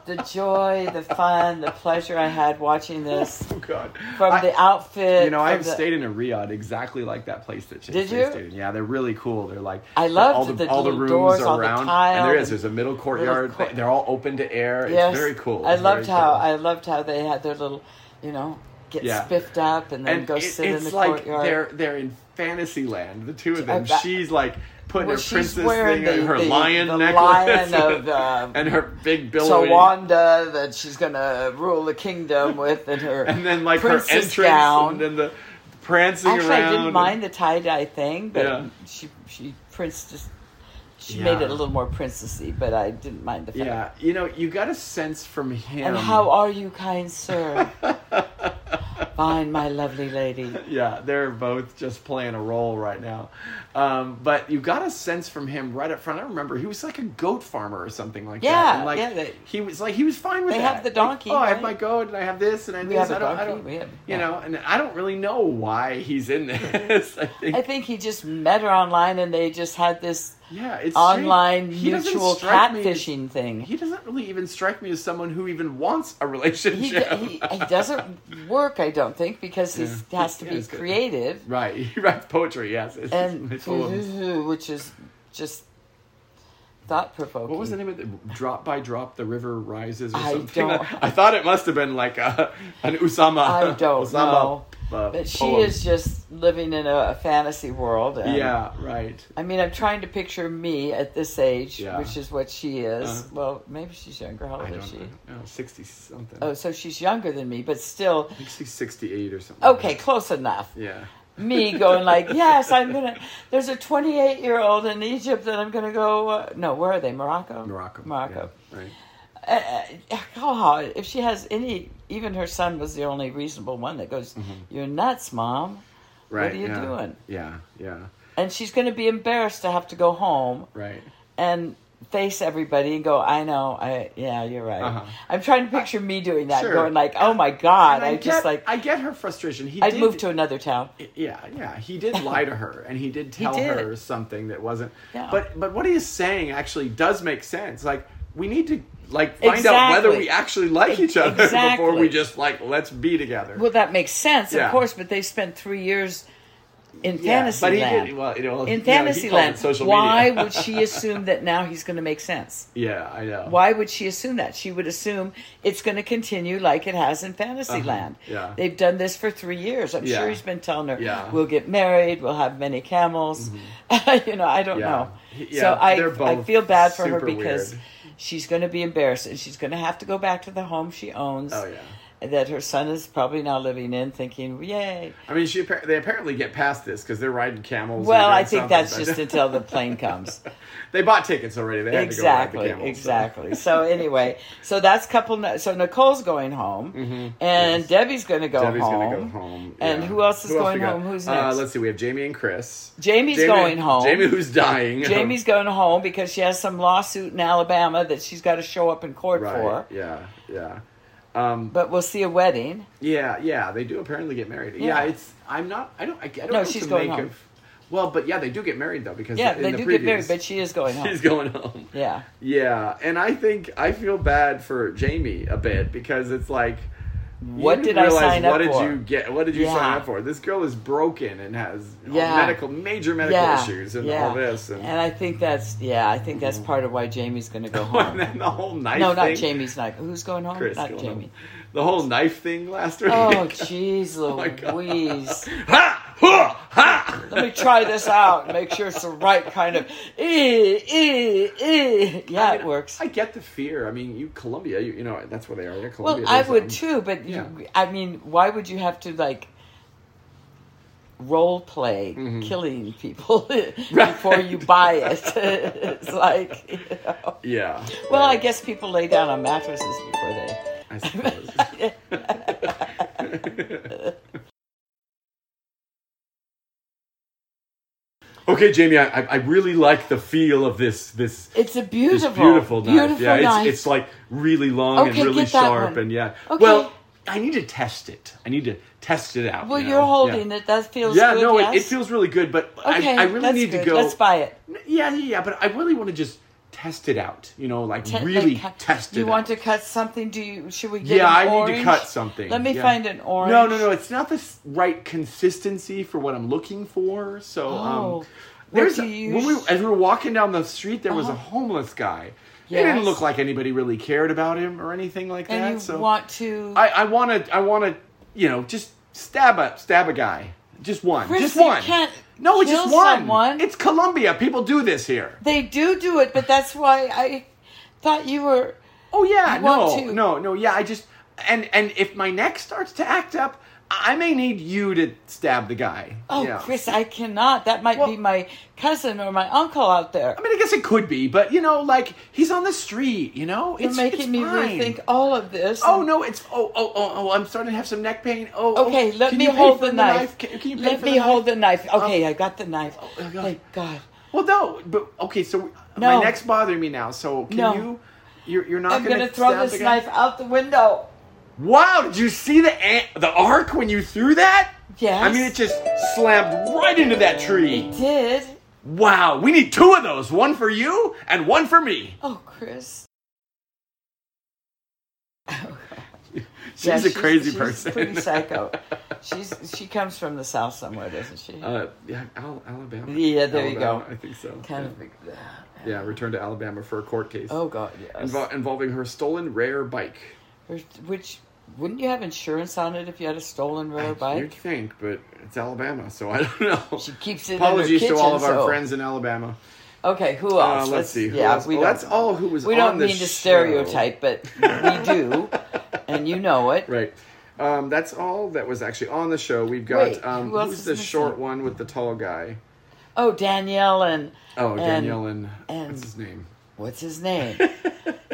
Speaker 2: the joy, the fun, the pleasure I had watching this
Speaker 1: Oh, God.
Speaker 2: from
Speaker 1: I-
Speaker 2: the outfit.
Speaker 1: you know, I've
Speaker 2: from the-
Speaker 1: stayed in a Riyadh exactly like that place that she
Speaker 2: Did
Speaker 1: she
Speaker 2: you?
Speaker 1: stayed in. Yeah, they're really cool. They're like
Speaker 2: I
Speaker 1: love all
Speaker 2: loved
Speaker 1: the,
Speaker 2: the
Speaker 1: all the
Speaker 2: little
Speaker 1: rooms
Speaker 2: doors,
Speaker 1: are
Speaker 2: all the
Speaker 1: round, and
Speaker 2: tiled
Speaker 1: there is
Speaker 2: and
Speaker 1: their middle courtyard.
Speaker 2: cour-
Speaker 1: they're all open to air.
Speaker 2: Yes.
Speaker 1: It's very cool.
Speaker 2: I
Speaker 1: It's
Speaker 2: loved
Speaker 1: very
Speaker 2: how
Speaker 1: cool.
Speaker 2: I loved how they had their little, you know, get
Speaker 1: Yeah.
Speaker 2: spiffed up and then
Speaker 1: and
Speaker 2: go
Speaker 1: it-
Speaker 2: sit in
Speaker 1: it's
Speaker 2: the
Speaker 1: like
Speaker 2: courtyard.
Speaker 1: they're they're in fantasy land. The two of them.
Speaker 2: bet.
Speaker 1: She's like putting
Speaker 2: Well,
Speaker 1: her
Speaker 2: she's
Speaker 1: princess
Speaker 2: wearing
Speaker 1: thing and
Speaker 2: the-
Speaker 1: her
Speaker 2: the-
Speaker 1: lion
Speaker 2: the
Speaker 1: necklace
Speaker 2: lion of, uh,
Speaker 1: and her big
Speaker 2: So
Speaker 1: billowy.
Speaker 2: Wanda, that she's gonna rule the kingdom with, and her
Speaker 1: and then like her
Speaker 2: princess
Speaker 1: entrance
Speaker 2: gown.
Speaker 1: and then the prancing
Speaker 2: Actually,
Speaker 1: around.
Speaker 2: I didn't mind the tie dye thing, but
Speaker 1: Yeah.
Speaker 2: she she prince just she
Speaker 1: Yeah.
Speaker 2: made it a little more princessy, but I didn't mind the fact.
Speaker 1: Yeah, you know, you got a sense from him.
Speaker 2: And how are you, kind sir? Fine, my lovely lady.
Speaker 1: yeah, they're both just playing a role right now. Um, but you got a sense from him right up front. I remember he was like a goat farmer or something like that.
Speaker 2: Yeah,
Speaker 1: And, like,
Speaker 2: yeah, they-
Speaker 1: he was like he was fine with
Speaker 2: They
Speaker 1: that.
Speaker 2: have the donkey,
Speaker 1: Like, oh, I have
Speaker 2: right?
Speaker 1: my goat, and I have this, and I
Speaker 2: We
Speaker 1: this.
Speaker 2: have a
Speaker 1: I don't, I
Speaker 2: donkey,
Speaker 1: don't-
Speaker 2: we have-
Speaker 1: you
Speaker 2: yeah.
Speaker 1: know, and I don't really know why he's in this. I think.
Speaker 2: I think he just met her online, and they just had this
Speaker 1: yeah, it's strange.
Speaker 2: online
Speaker 1: He doesn't
Speaker 2: mutual
Speaker 1: strike me as-
Speaker 2: catfishing thing.
Speaker 1: He doesn't really even strike me as someone who even wants a relationship.
Speaker 2: he, he, he doesn't work, I don't think, because he
Speaker 1: Yeah.
Speaker 2: has to
Speaker 1: Yeah,
Speaker 2: be
Speaker 1: he's good.
Speaker 2: creative
Speaker 1: right, he writes poetry. Yes, it's,
Speaker 2: and
Speaker 1: it's poems.
Speaker 2: which is just thought provoking.
Speaker 1: What was the name of the drop by drop the river rises or
Speaker 2: I
Speaker 1: something?
Speaker 2: don't-
Speaker 1: I thought it must have been like a, an Usama.
Speaker 2: I don't
Speaker 1: Usama,
Speaker 2: know,
Speaker 1: uh,
Speaker 2: but she
Speaker 1: poem.
Speaker 2: is just living in a, a fantasy world. and-
Speaker 1: Yeah, right.
Speaker 2: I mean, I'm trying to picture me at this age,
Speaker 1: Yeah.
Speaker 2: which is what she is.
Speaker 1: Uh-huh.
Speaker 2: Well, maybe she's younger. How
Speaker 1: I
Speaker 2: old
Speaker 1: don't,
Speaker 2: is she?
Speaker 1: know. Sixty something.
Speaker 2: Oh, so she's younger than me, but still.
Speaker 1: I think she's sixty-eight or something.
Speaker 2: Okay, close enough.
Speaker 1: Yeah.
Speaker 2: me going like, yes, I'm gonna. There's a 28 year old in Egypt that I'm gonna go. Uh, no, where are they? Morocco.
Speaker 1: Morocco.
Speaker 2: Morocco.
Speaker 1: yeah, right.
Speaker 2: Uh, uh, oh, if she has any, even her son was the only reasonable one that goes.
Speaker 1: Mm-hmm.
Speaker 2: You're nuts, mom.
Speaker 1: Right.
Speaker 2: are you
Speaker 1: yeah.
Speaker 2: doing?
Speaker 1: Yeah. Yeah.
Speaker 2: And she's gonna be embarrassed to have to go home
Speaker 1: Right.
Speaker 2: and face everybody and go. I know. I yeah, you're right.
Speaker 1: Uh-huh.
Speaker 2: I'm trying to picture me doing that,
Speaker 1: Sure.
Speaker 2: going like, oh my god,
Speaker 1: And
Speaker 2: I,
Speaker 1: get,
Speaker 2: just like.
Speaker 1: I get her frustration. He
Speaker 2: I'd
Speaker 1: did,
Speaker 2: move to another town.
Speaker 1: Yeah, yeah, he did lie to her, and he did tell
Speaker 2: did.
Speaker 1: her something that wasn't.
Speaker 2: Yeah.
Speaker 1: But but what he is saying actually does make sense. Like we need to like find out
Speaker 2: Exactly.
Speaker 1: whether we actually like each other before we
Speaker 2: Exactly.
Speaker 1: just like let's be together.
Speaker 2: Well, that makes sense,
Speaker 1: Yeah.
Speaker 2: of course, but they spent three years in
Speaker 1: Yeah,
Speaker 2: fantasy
Speaker 1: but he
Speaker 2: land.
Speaker 1: did- well, you know,
Speaker 2: in
Speaker 1: you know, he
Speaker 2: fantasy
Speaker 1: called it
Speaker 2: land,
Speaker 1: social
Speaker 2: why
Speaker 1: media.
Speaker 2: would she assume that now he's going to make sense?
Speaker 1: yeah, I know.
Speaker 2: Why would she assume that? She would assume it's going to continue like it has in fantasy land.
Speaker 1: Uh-huh. yeah.
Speaker 2: They've done this for three years. I'm
Speaker 1: Yeah.
Speaker 2: sure he's been telling her,
Speaker 1: Yeah.
Speaker 2: we'll get married, we'll have many camels. you know, I don't
Speaker 1: Mm-hmm. Yeah.
Speaker 2: know.
Speaker 1: He- yeah,
Speaker 2: so
Speaker 1: they're
Speaker 2: I, I
Speaker 1: both
Speaker 2: feel bad for her
Speaker 1: super
Speaker 2: because
Speaker 1: weird.
Speaker 2: she's going to be embarrassed and she's going to have to go back to the home she owns
Speaker 1: Oh yeah.
Speaker 2: that her son is probably now living in, thinking, "Yay!"
Speaker 1: I mean, she appar- they apparently get past this because they're riding camels. and
Speaker 2: Well,
Speaker 1: doing
Speaker 2: I think
Speaker 1: something.
Speaker 2: that's just until the plane comes.
Speaker 1: they bought tickets already. They had
Speaker 2: exactly,
Speaker 1: to go ride the camels, so.
Speaker 2: exactly. So anyway, so that's couple. ni- So Nicole's going home, and Debbie's going to go
Speaker 1: Mm-hmm. Debbie's
Speaker 2: home.
Speaker 1: gonna go home.
Speaker 2: And
Speaker 1: yeah.
Speaker 2: who else is
Speaker 1: Who
Speaker 2: going
Speaker 1: we got?
Speaker 2: home? Who's
Speaker 1: Uh,
Speaker 2: next?
Speaker 1: let's see. We have Jamie and Chris.
Speaker 2: Jamie's
Speaker 1: Jamie-
Speaker 2: going home.
Speaker 1: Jamie, who's dying.
Speaker 2: Jamie's going home because she has some lawsuit in Alabama that she's got to show up in court
Speaker 1: right.
Speaker 2: for.
Speaker 1: Yeah, yeah, um,
Speaker 2: But we'll see a wedding.
Speaker 1: yeah, yeah. They do apparently get married. Yeah,
Speaker 2: Yeah.
Speaker 1: it's. I'm not. I don't. I, I don't
Speaker 2: No,
Speaker 1: know
Speaker 2: she's
Speaker 1: what to
Speaker 2: going
Speaker 1: make
Speaker 2: home.
Speaker 1: of. Well, but yeah, they do get married though because
Speaker 2: Yeah,
Speaker 1: in
Speaker 2: they
Speaker 1: the
Speaker 2: do
Speaker 1: previews,
Speaker 2: get married, but she is going home.
Speaker 1: she's going home.
Speaker 2: Yeah.
Speaker 1: Yeah, and I think I feel bad for Jamie a bit because it's like, you
Speaker 2: What
Speaker 1: didn't
Speaker 2: did I
Speaker 1: realize
Speaker 2: sign up
Speaker 1: what did
Speaker 2: for?
Speaker 1: you get? What did you sign
Speaker 2: Yeah.
Speaker 1: up for? This girl is broken and has all
Speaker 2: Yeah.
Speaker 1: medical, major medical
Speaker 2: yeah.
Speaker 1: issues, and
Speaker 2: yeah.
Speaker 1: all this, and, Mm-hmm.
Speaker 2: I think that's yeah, I think that's part of why Jamie's going to go home.
Speaker 1: and then the whole knife.
Speaker 2: no,
Speaker 1: thing.
Speaker 2: not Jamie's not. Who's going home?
Speaker 1: Chris,
Speaker 2: not
Speaker 1: going
Speaker 2: Jamie.
Speaker 1: home. The whole knife thing last week.
Speaker 2: Oh, jeez,
Speaker 1: my God.
Speaker 2: Louise.
Speaker 1: ha! Ha! Ha!
Speaker 2: Let me try this out. and Make sure it's the right kind of. Eh, eh, eh. Yeah,
Speaker 1: I mean,
Speaker 2: it works.
Speaker 1: I get the fear. I mean, you Columbia, you, you know that's where they are. They're Columbia.
Speaker 2: Well, I
Speaker 1: There's, um,
Speaker 2: would too, but
Speaker 1: yeah.
Speaker 2: you, I mean, why would you have to like role play
Speaker 1: Mm-hmm.
Speaker 2: killing people before you buy it? it's like, you know.
Speaker 1: Yeah.
Speaker 2: well, I
Speaker 1: right.
Speaker 2: guess people lay down on mattresses before they.
Speaker 1: I suppose. okay, Jamie, I, I- I really like the feel of this this,
Speaker 2: It's a
Speaker 1: this
Speaker 2: beautiful,
Speaker 1: beautiful knife. yeah,
Speaker 2: knife.
Speaker 1: it's it's like really long
Speaker 2: Okay,
Speaker 1: and really
Speaker 2: get that
Speaker 1: sharp
Speaker 2: one.
Speaker 1: and yeah.
Speaker 2: Okay.
Speaker 1: Well, I need to test it. I need to test it out.
Speaker 2: well,
Speaker 1: you
Speaker 2: you're
Speaker 1: know?
Speaker 2: holding
Speaker 1: yeah.
Speaker 2: it. That feels
Speaker 1: Yeah,
Speaker 2: good.
Speaker 1: no,
Speaker 2: yes?
Speaker 1: it, it feels really good, but
Speaker 2: Okay,
Speaker 1: I, I really
Speaker 2: that's
Speaker 1: need
Speaker 2: good.
Speaker 1: to go.
Speaker 2: Let's buy it.
Speaker 1: Yeah, yeah, yeah, but I really want to just test it out. You know, like
Speaker 2: Te-
Speaker 1: really
Speaker 2: like cut-
Speaker 1: test it.
Speaker 2: You want
Speaker 1: out.
Speaker 2: to cut something? Do you? Should we get?
Speaker 1: Yeah, I
Speaker 2: an
Speaker 1: need to cut
Speaker 2: orange?
Speaker 1: something.
Speaker 2: Let me
Speaker 1: Yeah.
Speaker 2: find an orange.
Speaker 1: No, no, no. It's not the s- right consistency for what I'm looking for. So,
Speaker 2: Oh.
Speaker 1: um,
Speaker 2: What
Speaker 1: there's
Speaker 2: do
Speaker 1: a-
Speaker 2: you
Speaker 1: when we,
Speaker 2: use?
Speaker 1: as we were walking down the street, there was a
Speaker 2: Uh-huh.
Speaker 1: homeless guy. It didn't
Speaker 2: Yes.
Speaker 1: look like anybody really cared about him or anything like
Speaker 2: And
Speaker 1: that.
Speaker 2: you
Speaker 1: so
Speaker 2: want to?
Speaker 1: I, I want to, I want to, you know, just stab a stab a guy, just one,
Speaker 2: Chris,
Speaker 1: just
Speaker 2: you
Speaker 1: one.
Speaker 2: can't
Speaker 1: no, it's
Speaker 2: kill
Speaker 1: just one.
Speaker 2: someone.
Speaker 1: It's Colombia. People do this here.
Speaker 2: They do do it, but that's why I thought you were.
Speaker 1: Oh yeah,
Speaker 2: You
Speaker 1: no,
Speaker 2: want to.
Speaker 1: no, no. Yeah, I just and and if my neck starts to act up, I may need you to stab the guy.
Speaker 2: Oh,
Speaker 1: Yeah.
Speaker 2: Chris, I cannot. That might
Speaker 1: Well-
Speaker 2: be my cousin or my uncle out there.
Speaker 1: I mean, I guess it could be, but you know, like he's on the street. You know,
Speaker 2: You're
Speaker 1: it's
Speaker 2: making
Speaker 1: it's
Speaker 2: me
Speaker 1: fine.
Speaker 2: rethink all of this.
Speaker 1: Oh no, it's oh oh oh oh! I'm starting to have some neck pain. Oh, oh,
Speaker 2: Okay, let
Speaker 1: can
Speaker 2: me
Speaker 1: you pay
Speaker 2: hold
Speaker 1: for
Speaker 2: the knife.
Speaker 1: Can, can you pay
Speaker 2: Let
Speaker 1: for
Speaker 2: me
Speaker 1: the knife?
Speaker 2: hold the knife. Okay, I got the knife.
Speaker 1: oh, God.
Speaker 2: Thank God.
Speaker 1: Well, no, but okay. So
Speaker 2: No.
Speaker 1: my neck's bothering me now. So can
Speaker 2: No.
Speaker 1: you? You're, you're not
Speaker 2: I'm
Speaker 1: going
Speaker 2: gonna
Speaker 1: to
Speaker 2: throw this knife out the window.
Speaker 1: Wow! Did you see the an- the arc when you threw that?
Speaker 2: Yes.
Speaker 1: I mean, it just slammed right into that tree.
Speaker 2: It did.
Speaker 1: Wow! We need two of those. One for you and one for me.
Speaker 2: Oh, Chris.
Speaker 1: She's
Speaker 2: Yeah,
Speaker 1: a crazy
Speaker 2: she's
Speaker 1: person.
Speaker 2: Pretty psycho. she's she comes from the south somewhere, doesn't she?
Speaker 1: Uh, yeah, Al- Alabama.
Speaker 2: Yeah, there you
Speaker 1: Alabama,
Speaker 2: go.
Speaker 1: I think so. yeah.
Speaker 2: kind of. Big,
Speaker 1: Yeah, returned to Alabama for a court case
Speaker 2: oh God, yes.
Speaker 1: invol- involving her stolen rare bike.
Speaker 2: Or- Which wouldn't you have insurance on it if you had a stolen rare
Speaker 1: You'd
Speaker 2: bike?
Speaker 1: think, but it's Alabama, so I don't know.
Speaker 2: She keeps it in her
Speaker 1: Apologies to all of
Speaker 2: kitchen,
Speaker 1: our
Speaker 2: so-
Speaker 1: friends in Alabama.
Speaker 2: Okay, who
Speaker 1: Uh,
Speaker 2: else?
Speaker 1: let's, see. Who
Speaker 2: yeah,
Speaker 1: else?
Speaker 2: we
Speaker 1: Well,
Speaker 2: don't.
Speaker 1: that's all who was
Speaker 2: we
Speaker 1: on
Speaker 2: don't
Speaker 1: the
Speaker 2: mean to
Speaker 1: show.
Speaker 2: stereotype, but we do, and you know it.
Speaker 1: Right. Um, that's all that was actually on the show. We've got
Speaker 2: Wait,
Speaker 1: um,
Speaker 2: who else
Speaker 1: who's
Speaker 2: is
Speaker 1: the
Speaker 2: missing?
Speaker 1: short one with the tall guy?
Speaker 2: Oh, Danielle and
Speaker 1: Oh,
Speaker 2: and-
Speaker 1: Danielle and,
Speaker 2: and-
Speaker 1: what's his name?
Speaker 2: what's his name?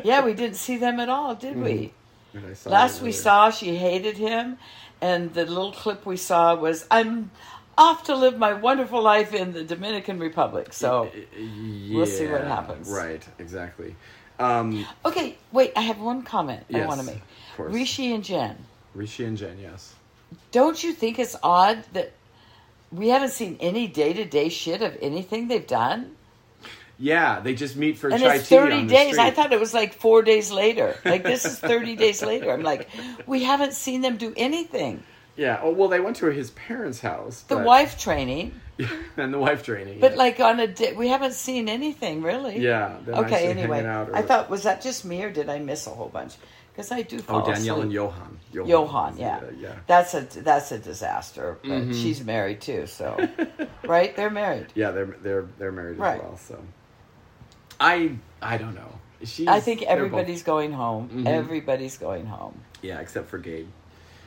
Speaker 2: yeah, we didn't see them at all, did
Speaker 1: Mm-hmm.
Speaker 2: we?
Speaker 1: That I saw
Speaker 2: Last we
Speaker 1: earlier.
Speaker 2: saw, she hated him, and the little clip we saw was I'm off to live my wonderful life in the Dominican Republic. So,
Speaker 1: Yeah,
Speaker 2: see what happens.
Speaker 1: Right. Exactly. Um,
Speaker 2: okay, wait, I have one comment I
Speaker 1: Yes,
Speaker 2: want to make.
Speaker 1: of course.
Speaker 2: Rishi and Jen,
Speaker 1: Rishi and Jen. Yes.
Speaker 2: don't you think it's odd that we haven't seen any day to day shit of anything they've done?
Speaker 1: Yeah, they just meet for
Speaker 2: And
Speaker 1: chai
Speaker 2: it's
Speaker 1: tea
Speaker 2: 30
Speaker 1: on the
Speaker 2: days. I
Speaker 1: street.
Speaker 2: thought it was like four days later. Like, this is 30 days later. I'm like, we haven't seen them do anything.
Speaker 1: Yeah. Oh well, they went to his parents' house.
Speaker 2: The
Speaker 1: but-
Speaker 2: wife training.
Speaker 1: and the wife training.
Speaker 2: But
Speaker 1: yeah.
Speaker 2: like on a di- we haven't seen anything really.
Speaker 1: Yeah, them actually
Speaker 2: Okay.
Speaker 1: hanging
Speaker 2: Anyway,
Speaker 1: out or-
Speaker 2: I thought was that just me or did I miss a whole bunch? Because I do.
Speaker 1: oh,
Speaker 2: Fall
Speaker 1: Danielle
Speaker 2: asleep.
Speaker 1: and Johan. Johan.
Speaker 2: Johan, yeah.
Speaker 1: Yeah.
Speaker 2: That's a that's a disaster. But she's married too, so right? They're married.
Speaker 1: Yeah, they're they're they're married as
Speaker 2: Right.
Speaker 1: well. So, I I don't know. She's,
Speaker 2: I think
Speaker 1: they're both- Mm-hmm.
Speaker 2: everybody's going home. Everybody's going home.
Speaker 1: Yeah, except for Gabe.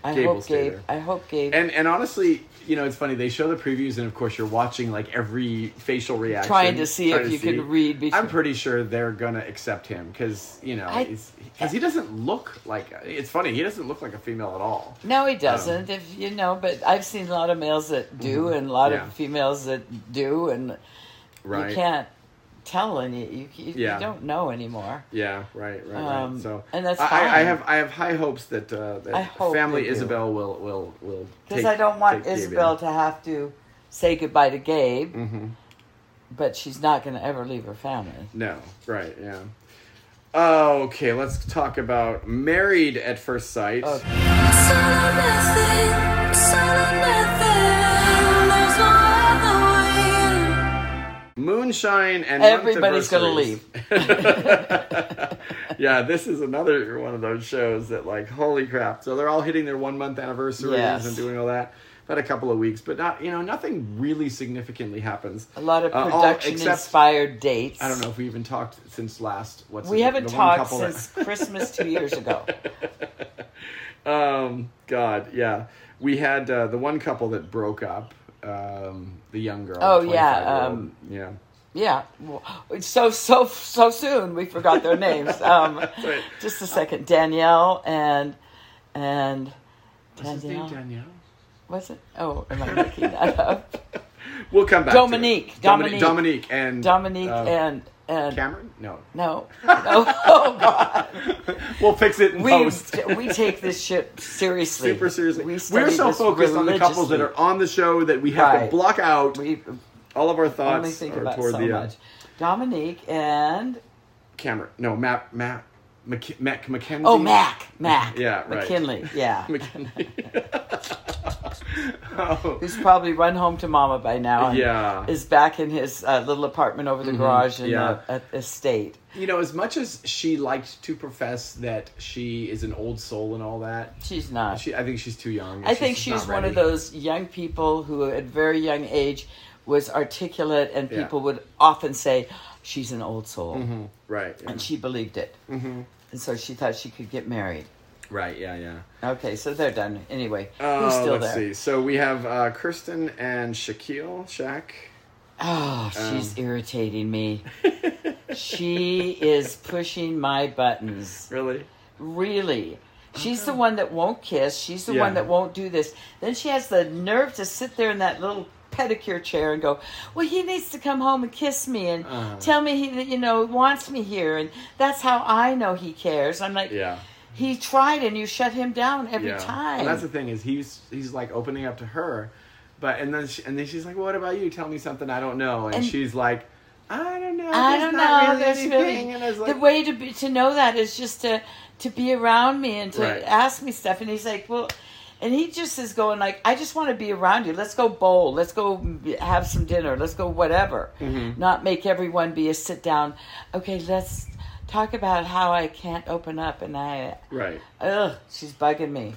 Speaker 2: I
Speaker 1: Gabe will
Speaker 2: hope
Speaker 1: stay
Speaker 2: Gabe.
Speaker 1: there.
Speaker 2: I hope Gabe
Speaker 1: And and honestly, you know, it's funny. They show the previews, and of course, you're watching like every facial reaction,
Speaker 2: Trying to see
Speaker 1: trying
Speaker 2: if
Speaker 1: to
Speaker 2: you can read between-
Speaker 1: I'm pretty sure they're gonna accept him because you know,
Speaker 2: I-
Speaker 1: because he doesn't look like. It's funny. He doesn't look like a female at all.
Speaker 2: No, he doesn't. if you know, but I've seen a lot of males that do, and a lot
Speaker 1: Mm-hmm. Yeah.
Speaker 2: of females that do, and
Speaker 1: Right.
Speaker 2: you can't tell any. You you,
Speaker 1: Yeah.
Speaker 2: you don't know anymore.
Speaker 1: Yeah, right, right,
Speaker 2: Um,
Speaker 1: right. So,
Speaker 2: and that's
Speaker 1: I, I- I
Speaker 2: fine.
Speaker 1: have I have high hopes that uh,
Speaker 2: I
Speaker 1: that
Speaker 2: hope
Speaker 1: family
Speaker 2: they do.
Speaker 1: Isabel will will will
Speaker 2: Because
Speaker 1: take-
Speaker 2: I don't
Speaker 1: take
Speaker 2: want
Speaker 1: Gabe in.
Speaker 2: Isabel to have to say goodbye to Gabe,
Speaker 1: Mm-hmm.
Speaker 2: but she's not going to ever leave her family.
Speaker 1: No, right, yeah. Okay, let's talk about married at first sight.
Speaker 2: Okay.
Speaker 3: Solo nothing, solo nothing. There's no other way.
Speaker 1: Moonshine and
Speaker 2: Everybody's gonna
Speaker 1: month anniversaries. yeah, this is another one of those shows that like holy crap. So they're all hitting their one month anniversaries
Speaker 2: Yes.
Speaker 1: and doing all that. About a couple of weeks, but not you know nothing really significantly happens.
Speaker 2: A lot of
Speaker 1: Uh, all-
Speaker 2: production
Speaker 1: except
Speaker 2: inspired dates.
Speaker 1: I don't know if we even talked since last. What's
Speaker 2: We
Speaker 1: the-
Speaker 2: haven't
Speaker 1: the one
Speaker 2: talked
Speaker 1: couple that-
Speaker 2: since Christmas two years ago.
Speaker 1: um, God, yeah, we had uh, the one couple that broke up. Um, the young girl.
Speaker 2: Oh, yeah,
Speaker 1: 25-year-old.
Speaker 2: um,
Speaker 1: yeah.
Speaker 2: Yeah, Well, so so so soon we forgot their names. Um,
Speaker 1: right.
Speaker 2: Just a second, Danielle and and
Speaker 1: What's his name?
Speaker 2: Danielle
Speaker 1: Danielle.
Speaker 2: was it? Oh, am I making that up?
Speaker 1: We'll come back.
Speaker 2: Dominique,
Speaker 1: To it. Dominique.
Speaker 2: Dominique.
Speaker 1: Dominique and
Speaker 2: Dominique
Speaker 1: uh,
Speaker 2: and and
Speaker 1: Cameron. No,
Speaker 2: no, no. Oh God,
Speaker 1: we'll fix it in
Speaker 2: we
Speaker 1: post.
Speaker 2: we take this shit seriously.
Speaker 1: Super seriously.
Speaker 2: we
Speaker 1: We are
Speaker 2: study
Speaker 1: so
Speaker 2: this
Speaker 1: focused on the couples that are
Speaker 2: religiously.
Speaker 1: on the show that we have
Speaker 2: Right.
Speaker 1: to block out.
Speaker 2: We
Speaker 1: All of our thoughts
Speaker 2: only think
Speaker 1: are
Speaker 2: about
Speaker 1: toward
Speaker 2: so
Speaker 1: the uh,
Speaker 2: much. Dominique and
Speaker 1: Cameron. No, Matt. Matt. Mc, Mac Mackenzie.
Speaker 2: oh Mac Mac
Speaker 1: Yeah, right.
Speaker 2: McKinley yeah
Speaker 1: McKinley. oh.
Speaker 2: who's probably run home to mama by now. and
Speaker 1: Yeah. Mm-hmm.
Speaker 2: is back in his uh, little apartment over the garage in
Speaker 1: yeah.
Speaker 2: the uh, estate.
Speaker 1: You know, as much as she liked to profess that she is an old soul and all that,
Speaker 2: She's not.
Speaker 1: she I think she's too young. and
Speaker 2: I think
Speaker 1: just
Speaker 2: she was
Speaker 1: not
Speaker 2: one of
Speaker 1: ready.
Speaker 2: those young people who, at very young age, was articulate, and
Speaker 1: Yeah. Mm-hmm.
Speaker 2: people would often say, "She's an old soul,"
Speaker 1: Right. yeah.
Speaker 2: and she believed it, mm-hmm. and so she thought she could get married.
Speaker 1: Right. Yeah. Yeah.
Speaker 2: Okay, so they're done anyway.
Speaker 1: Uh,
Speaker 2: Who's still
Speaker 1: let's
Speaker 2: there?
Speaker 1: see. So we have uh, Kirsten and Shaquille. Shaq.
Speaker 2: Oh, she's
Speaker 1: Um,
Speaker 2: irritating me. she is pushing my buttons.
Speaker 1: Really?
Speaker 2: Really. She's the one that won't kiss. She's the
Speaker 1: Yeah.
Speaker 2: one that won't do this. Then she has the nerve to sit there in that little pedicure chair and go, "Well, he needs to come home and kiss me and
Speaker 1: Uh-huh.
Speaker 2: tell me he, you know, wants me here." And that's how I know he cares. I'm like,
Speaker 1: Yeah.
Speaker 2: He tried, and you shut him down every
Speaker 1: yeah.
Speaker 2: time.
Speaker 1: And that's the thing is he's he's like opening up to her, but and then she, and then she's like, "What about you? Tell me something I don't know." And,
Speaker 2: And-
Speaker 1: she's like, "I don't know.
Speaker 2: I
Speaker 1: There's
Speaker 2: don't
Speaker 1: not
Speaker 2: know.
Speaker 1: Really
Speaker 2: there's
Speaker 1: anything.
Speaker 2: really
Speaker 1: And I was like,
Speaker 2: the way to be, to know that is just to to be around me and to
Speaker 1: Right.
Speaker 2: ask me stuff. And he's like, well, and he just is going like, I just want to be around you. Let's go bowl. Let's go have some dinner. Let's go whatever.
Speaker 1: Mm-hmm.
Speaker 2: Not make everyone be a sit down. Okay, let's talk about how I can't open up and I.
Speaker 1: right.
Speaker 2: Ugh, she's bugging me.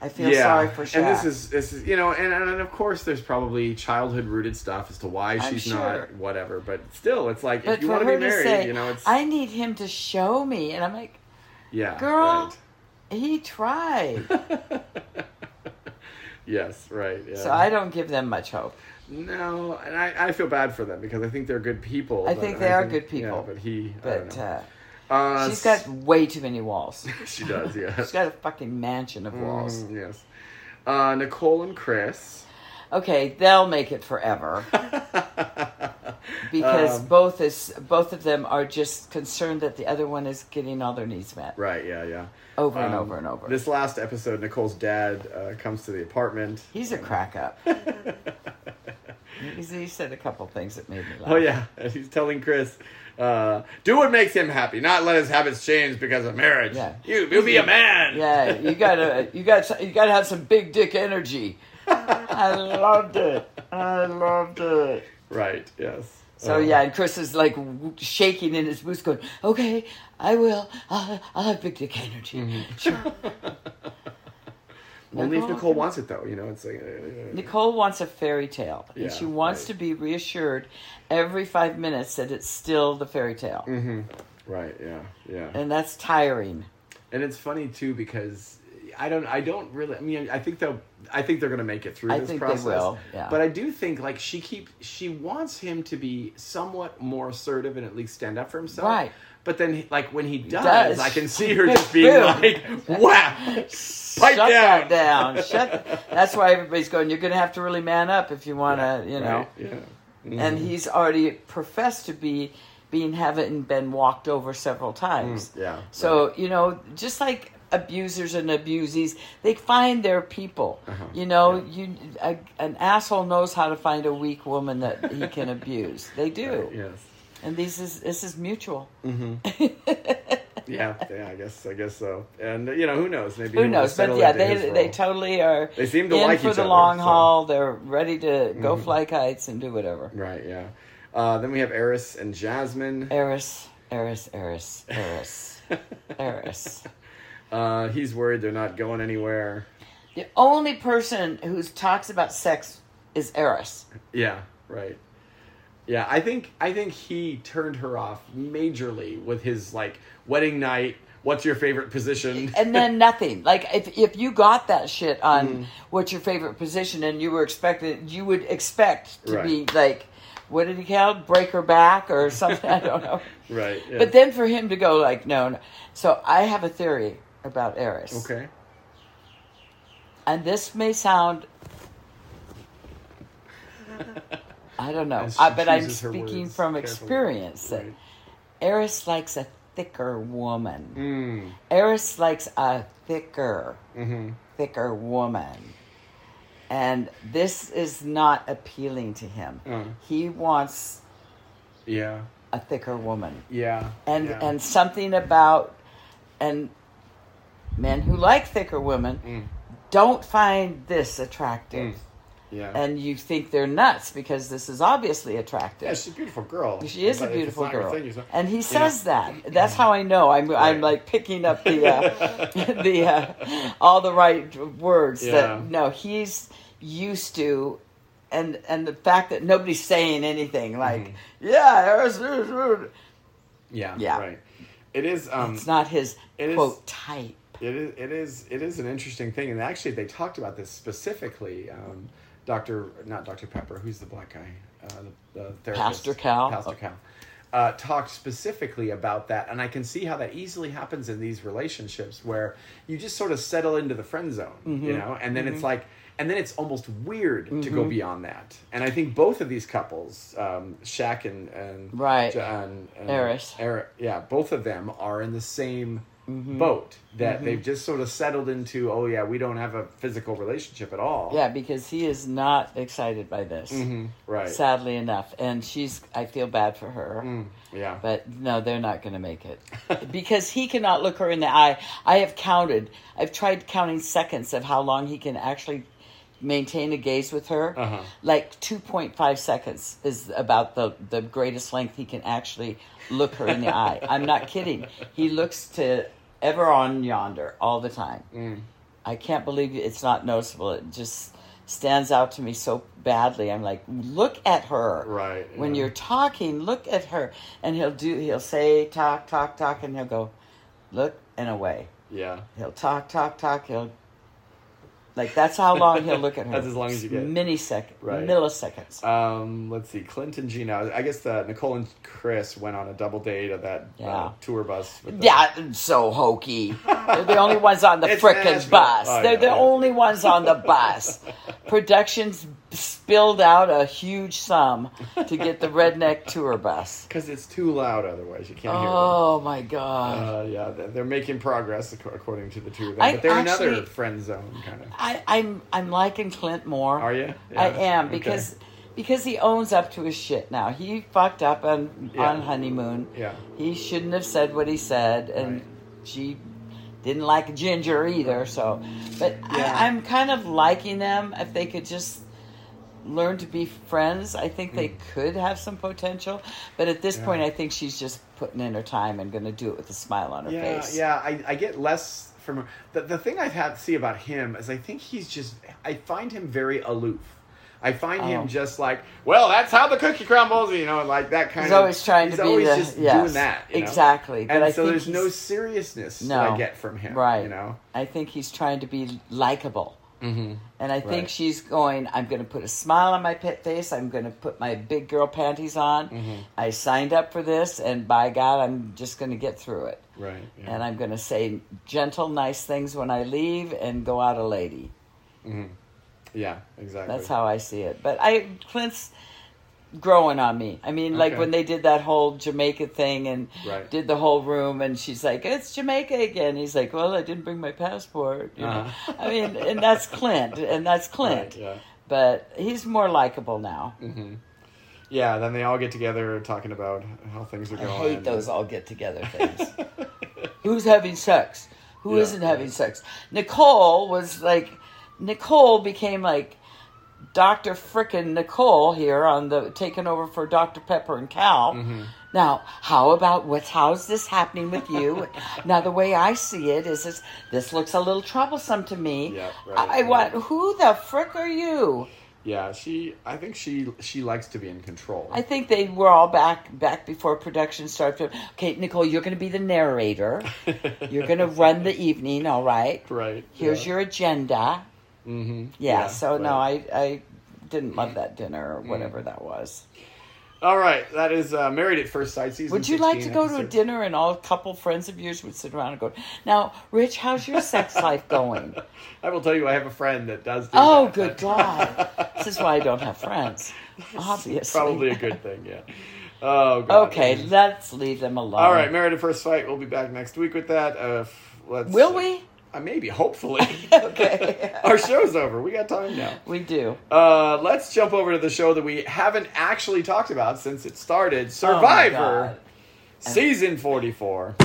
Speaker 2: I feel sorry for Shaq.
Speaker 1: And this is this is you know, and and of course there's probably childhood rooted stuff as to why
Speaker 2: I'm
Speaker 1: she's
Speaker 2: sure.
Speaker 1: not whatever, but still it's like
Speaker 2: but
Speaker 1: if you
Speaker 2: for
Speaker 1: want
Speaker 2: her
Speaker 1: be married,
Speaker 2: to say,
Speaker 1: you know, it's
Speaker 2: I need him to show me, and I'm like,
Speaker 1: yeah.
Speaker 2: girl, he tried.
Speaker 1: right. yes, right. Yeah.
Speaker 2: So I don't give them much hope.
Speaker 1: No, and I, I feel bad for them because I think they're good people.
Speaker 2: I
Speaker 1: but
Speaker 2: think they are good
Speaker 1: yeah,
Speaker 2: people.
Speaker 1: but he,
Speaker 2: But
Speaker 1: I
Speaker 2: uh,
Speaker 1: don't know. Uh,
Speaker 2: she's got way too many walls.
Speaker 1: she does, yeah.
Speaker 2: She's got a fucking mansion of walls.
Speaker 1: Mm, yes. Uh, Nicole and Chris.
Speaker 2: Okay, they'll make it forever because
Speaker 1: Um,
Speaker 2: both is both of them are just concerned that the other one is getting all their needs met
Speaker 1: Right, yeah, yeah.
Speaker 2: over and
Speaker 1: Um,
Speaker 2: over and over.
Speaker 1: This last episode, Nicole's dad uh, comes to the apartment.
Speaker 2: He's a crack up. He's- he said a couple things that made me laugh.
Speaker 1: Oh yeah, and he's telling Chris, uh, "Do what makes him happy, not let his habits change because of marriage.
Speaker 2: Yeah.
Speaker 1: You, you be a man.
Speaker 2: Yeah, you gotta, you got, you gotta have some big dick energy. I loved it. I loved it.
Speaker 1: Right. Yes.
Speaker 2: So
Speaker 1: Uh,
Speaker 2: yeah, and Chris is like w- shaking in his boots, going, "Okay, I will. I'll, I'll have big dick energy."
Speaker 1: Mm-hmm.
Speaker 2: Sure.
Speaker 1: Only if
Speaker 2: Nicole-
Speaker 1: Nicole wants it, though. You know, it's like. uh,
Speaker 2: Nicole wants a fairy tale,
Speaker 1: Yeah,
Speaker 2: and she wants
Speaker 1: right.
Speaker 2: to be reassured every five
Speaker 1: Mm-hmm.
Speaker 2: minutes that it's still the fairy tale,
Speaker 1: Right. Yeah. Yeah.
Speaker 2: and that's tiring.
Speaker 1: and it's funny too because I don't I don't really I mean I think they'll I think they're gonna make it through
Speaker 2: I
Speaker 1: this
Speaker 2: think they
Speaker 1: process.
Speaker 2: will, yeah.
Speaker 1: But I do think like she keep she wants him to be somewhat more assertive and at least stand up for himself.
Speaker 2: Right.
Speaker 1: But then like when he does,
Speaker 2: does.
Speaker 1: I can see her just being
Speaker 2: Boom.
Speaker 1: like, Wow Pipe
Speaker 2: Shut
Speaker 1: down.
Speaker 2: that down. Shut. That's why everybody's going. You're going to have to really man up if you want to, you know.
Speaker 1: Right, yeah.
Speaker 2: And
Speaker 1: Mm-hmm.
Speaker 2: he's already professed to be being having been walked over several times.
Speaker 1: Mm, yeah,
Speaker 2: So you know, just like abusers and abusees, they find their people.
Speaker 1: Uh-huh.
Speaker 2: You know, you a, an asshole knows how to find a weak woman that he can abuse. They do.
Speaker 1: Yes.
Speaker 2: And this is this is mutual.
Speaker 1: Yeah, yeah, I guess I guess so. And you know, who knows? Maybe
Speaker 2: Who
Speaker 1: he'll
Speaker 2: knows? But
Speaker 1: settle
Speaker 2: yeah,
Speaker 1: into his
Speaker 2: they
Speaker 1: role.
Speaker 2: they totally are.
Speaker 1: They seem to
Speaker 2: in
Speaker 1: like
Speaker 2: for
Speaker 1: each
Speaker 2: the
Speaker 1: other,
Speaker 2: long
Speaker 1: so- Mm-hmm.
Speaker 2: haul. They're ready to go fly kites and do whatever.
Speaker 1: Right, yeah. Uh, then we have Eris and Jasmine.
Speaker 2: Eris, Eris, Eris, Eris, Eris.
Speaker 1: Uh, he's worried they're not going anywhere.
Speaker 2: The only person who talks about sex is Eris.
Speaker 1: Yeah, right. Yeah, I think I think he turned her off majorly with his like wedding night. What's your favorite position?
Speaker 2: and then nothing. Like if if you got that shit on
Speaker 1: Mm-hmm.
Speaker 2: what's your favorite position and you were expected, you would expect to
Speaker 1: Right.
Speaker 2: be like, what did he call it? break her back or something? I don't know.
Speaker 1: right. yeah.
Speaker 2: But then for him to go like, no, no. So I have a theory about Eris.
Speaker 1: okay.
Speaker 2: And this may sound. I don't know,
Speaker 1: As she
Speaker 2: I, but I'm
Speaker 1: chooses her
Speaker 2: speaking
Speaker 1: words
Speaker 2: from
Speaker 1: carefully.
Speaker 2: experience that
Speaker 1: Right.
Speaker 2: Eris likes a thicker woman.
Speaker 1: Mm,
Speaker 2: Eris likes a thicker,
Speaker 1: mm-hmm.
Speaker 2: thicker woman. And this is not appealing to him.
Speaker 1: Uh.
Speaker 2: He wants
Speaker 1: yeah.
Speaker 2: a thicker woman.
Speaker 1: Yeah.
Speaker 2: And
Speaker 1: yeah.
Speaker 2: and something about and men who like thicker women don't find this attractive.
Speaker 1: yeah.
Speaker 2: And you think they're nuts because this is obviously attractive.
Speaker 1: yeah, she's a beautiful girl.
Speaker 2: She is
Speaker 1: But if
Speaker 2: a
Speaker 1: it's
Speaker 2: beautiful
Speaker 1: not your
Speaker 2: girl,
Speaker 1: thing, it's not-
Speaker 2: and he
Speaker 1: you
Speaker 2: says that. That's how I know. I'm I'm
Speaker 1: Right.
Speaker 2: like picking up the uh, the uh, all the right words.
Speaker 1: Yeah.
Speaker 2: That no, he's used to, and and the fact that nobody's saying anything like
Speaker 1: Mm-hmm.
Speaker 2: yeah, Harris, Harris, Harris,"
Speaker 1: know, yeah.
Speaker 2: Yeah.
Speaker 1: Right. It is. Um,
Speaker 2: it's not his
Speaker 1: It is-
Speaker 2: quote type.
Speaker 1: It is. It is. It is an interesting thing, and actually, they talked about this specifically. Um, Doctor, not Doctor Pepper. Who's the black guy? Uh, the, the therapist.
Speaker 2: Pastor Cal?
Speaker 1: Pastor Cal. Uh, talked specifically about that, and I can see how that easily happens in these relationships where you just sort of settle into the friend zone,
Speaker 2: Mm-hmm.
Speaker 1: you know, and then it's like, and then it's almost weird to go beyond that. And I think both of these couples, um, Shaq and and
Speaker 2: Right.
Speaker 1: and, and
Speaker 2: Eris.
Speaker 1: Eric, yeah, both of them are in the same
Speaker 2: Mm-hmm.
Speaker 1: boat that they've just sort of settled into. Oh yeah, we don't have a physical relationship at all.
Speaker 2: Yeah, because he is not excited by this.
Speaker 1: Mm-hmm. right. Mm.
Speaker 2: Sadly enough, and she's. I feel bad for her.
Speaker 1: Mm-hmm. Yeah,
Speaker 2: But no, they're not going to make it because he cannot look her in the eye. I have counted. I've tried counting seconds of how long he can actually maintain a gaze with her.
Speaker 1: Uh-huh.
Speaker 2: Like two point five seconds is about the the greatest length he can actually look her in the eye. I'm not kidding. He looks to ever on yonder all the time.
Speaker 1: Mm.
Speaker 2: I can't believe it's not noticeable. It just stands out to me so badly. I'm like, look at her.
Speaker 1: Right,
Speaker 2: When
Speaker 1: yeah.
Speaker 2: you're talking, look at her. And he'll do he'll say talk, talk, talk, and he'll go, look and away.
Speaker 1: yeah.
Speaker 2: He'll talk, talk, talk, he'll like that's how long he'll look at her.
Speaker 1: That's as long as you get.
Speaker 2: Mini second
Speaker 1: Right.
Speaker 2: milliseconds.
Speaker 1: Um, let's see, Clint and Gina. I guess the Nicole and Chris went on a double date of that
Speaker 2: Yeah.
Speaker 1: uh, tour bus. With the-
Speaker 2: yeah, it's so hokey. They're the only ones on the
Speaker 1: It's
Speaker 2: frickin'
Speaker 1: Nashville.
Speaker 2: bus.
Speaker 1: Oh,
Speaker 2: They're
Speaker 1: yeah,
Speaker 2: the
Speaker 1: yeah.
Speaker 2: only ones on the bus. Productions spilled out a huge sum to get the redneck tour bus.
Speaker 1: because it's too loud. Otherwise, you can't hear. Them.
Speaker 2: Oh my god.
Speaker 1: Uh, yeah, they're- they're making progress ac- according to the two of them,
Speaker 2: I
Speaker 1: but they're another
Speaker 2: actually-
Speaker 1: friend zone kind of.
Speaker 2: I, I'm I'm liking Clint more.
Speaker 1: Are you?
Speaker 2: I
Speaker 1: Yeah.
Speaker 2: am
Speaker 1: Okay.
Speaker 2: because because he owns up to his shit now. He fucked up on
Speaker 1: Yeah.
Speaker 2: on honeymoon.
Speaker 1: Yeah.
Speaker 2: He shouldn't have said what he said, and
Speaker 1: Right.
Speaker 2: she didn't like Ginger either. So, but
Speaker 1: Yeah.
Speaker 2: I, I'm kind of liking them if they could just learn to be friends. I think they could have some potential, but at this
Speaker 1: Mm. Yeah.
Speaker 2: point, I think she's just putting in her time and going to do it with a smile on her
Speaker 1: yeah,
Speaker 2: face.
Speaker 1: Yeah, I, I get less from her. The, the thing I have see about him is I think he's just, I find him very aloof. I find
Speaker 2: Oh.
Speaker 1: him just like, well, that's how the cookie crumbles, you know, and like that kind
Speaker 2: He's
Speaker 1: of.
Speaker 2: always trying to
Speaker 1: he's
Speaker 2: be
Speaker 1: always
Speaker 2: the-
Speaker 1: just
Speaker 2: yes,
Speaker 1: doing that you know?
Speaker 2: exactly, but
Speaker 1: And
Speaker 2: I
Speaker 1: so
Speaker 2: think
Speaker 1: there's no
Speaker 2: he's-
Speaker 1: seriousness that
Speaker 2: No.
Speaker 1: I get from him,
Speaker 2: Right.
Speaker 1: You know,
Speaker 2: I think he's trying to be likable.
Speaker 1: Mhm.
Speaker 2: And I think
Speaker 1: Right.
Speaker 2: she's going, I'm going to put a smile on my pit face. I'm going to put my big girl panties on.
Speaker 1: Mm-hmm.
Speaker 2: I signed up for this, and by God, I'm just going to get through it.
Speaker 1: right? yeah.
Speaker 2: And I'm going to say gentle, nice things when I leave and go out a lady.
Speaker 1: Mm-hmm. yeah, exactly.
Speaker 2: That's how I see it. But I Clint's growing on me. I mean, like
Speaker 1: Okay.
Speaker 2: when they did that whole Jamaica thing and
Speaker 1: Right.
Speaker 2: did the whole room, and she's like, "It's Jamaica again." He's like, "Well, I didn't bring my passport." You
Speaker 1: Uh-huh.
Speaker 2: know? I mean, and that's Clint, and that's Clint.
Speaker 1: Right, yeah. Mm-hmm.
Speaker 2: But he's more likable now.
Speaker 1: Yeah, then they all get together talking about how things are
Speaker 2: I
Speaker 1: going.
Speaker 2: hate those all get together things. Who's having sex? Who
Speaker 1: Yeah.
Speaker 2: not having sex? Nicole was like, Nicole became like Dr. Frickin' Nicole here on the taking over for Dr. Pepper and Cal.
Speaker 1: Mm-hmm.
Speaker 2: Now, how about what's how's this happening with you? now, the way I see it is this, this looks a little troublesome to me.
Speaker 1: Yeah, right,
Speaker 2: I, I
Speaker 1: right.
Speaker 2: want, who the frick are you?
Speaker 1: yeah, she. I think she she likes to be in control.
Speaker 2: I think they were all back back before production started. Okay, Nicole, you're going to be the narrator. You're going to run the evening, all right?
Speaker 1: right.
Speaker 2: Here's
Speaker 1: yeah.
Speaker 2: your agenda.
Speaker 1: Mm-hmm.
Speaker 2: Yeah, so no, I I didn't
Speaker 1: Mm.
Speaker 2: love that dinner or whatever that was.
Speaker 1: All right, that is uh, Married at First Sight season.
Speaker 2: Would you like to
Speaker 1: 16,
Speaker 2: go to a
Speaker 1: episode-
Speaker 2: dinner and all couple friends of yours would sit around and go, "Now, Rich, how's your sex life going?"
Speaker 1: I will tell you, I have a friend that does. Do
Speaker 2: oh,
Speaker 1: that.
Speaker 2: good
Speaker 1: That's
Speaker 2: God! This is why I don't have friends. Obviously,
Speaker 1: Probably a good thing. Yeah. Oh. God.
Speaker 2: Okay, let's leave them alone.
Speaker 1: All right, Married at First Sight. We'll be back next week with that. Uh, f- let's.
Speaker 2: will we?
Speaker 1: Uh, maybe. Hopefully.
Speaker 2: Okay,
Speaker 1: Our show's over. We got time now.
Speaker 2: we do.
Speaker 1: Uh, let's jump over to the show that we haven't actually talked about since it started
Speaker 2: Oh my
Speaker 1: Survivor
Speaker 2: God.
Speaker 1: season 44.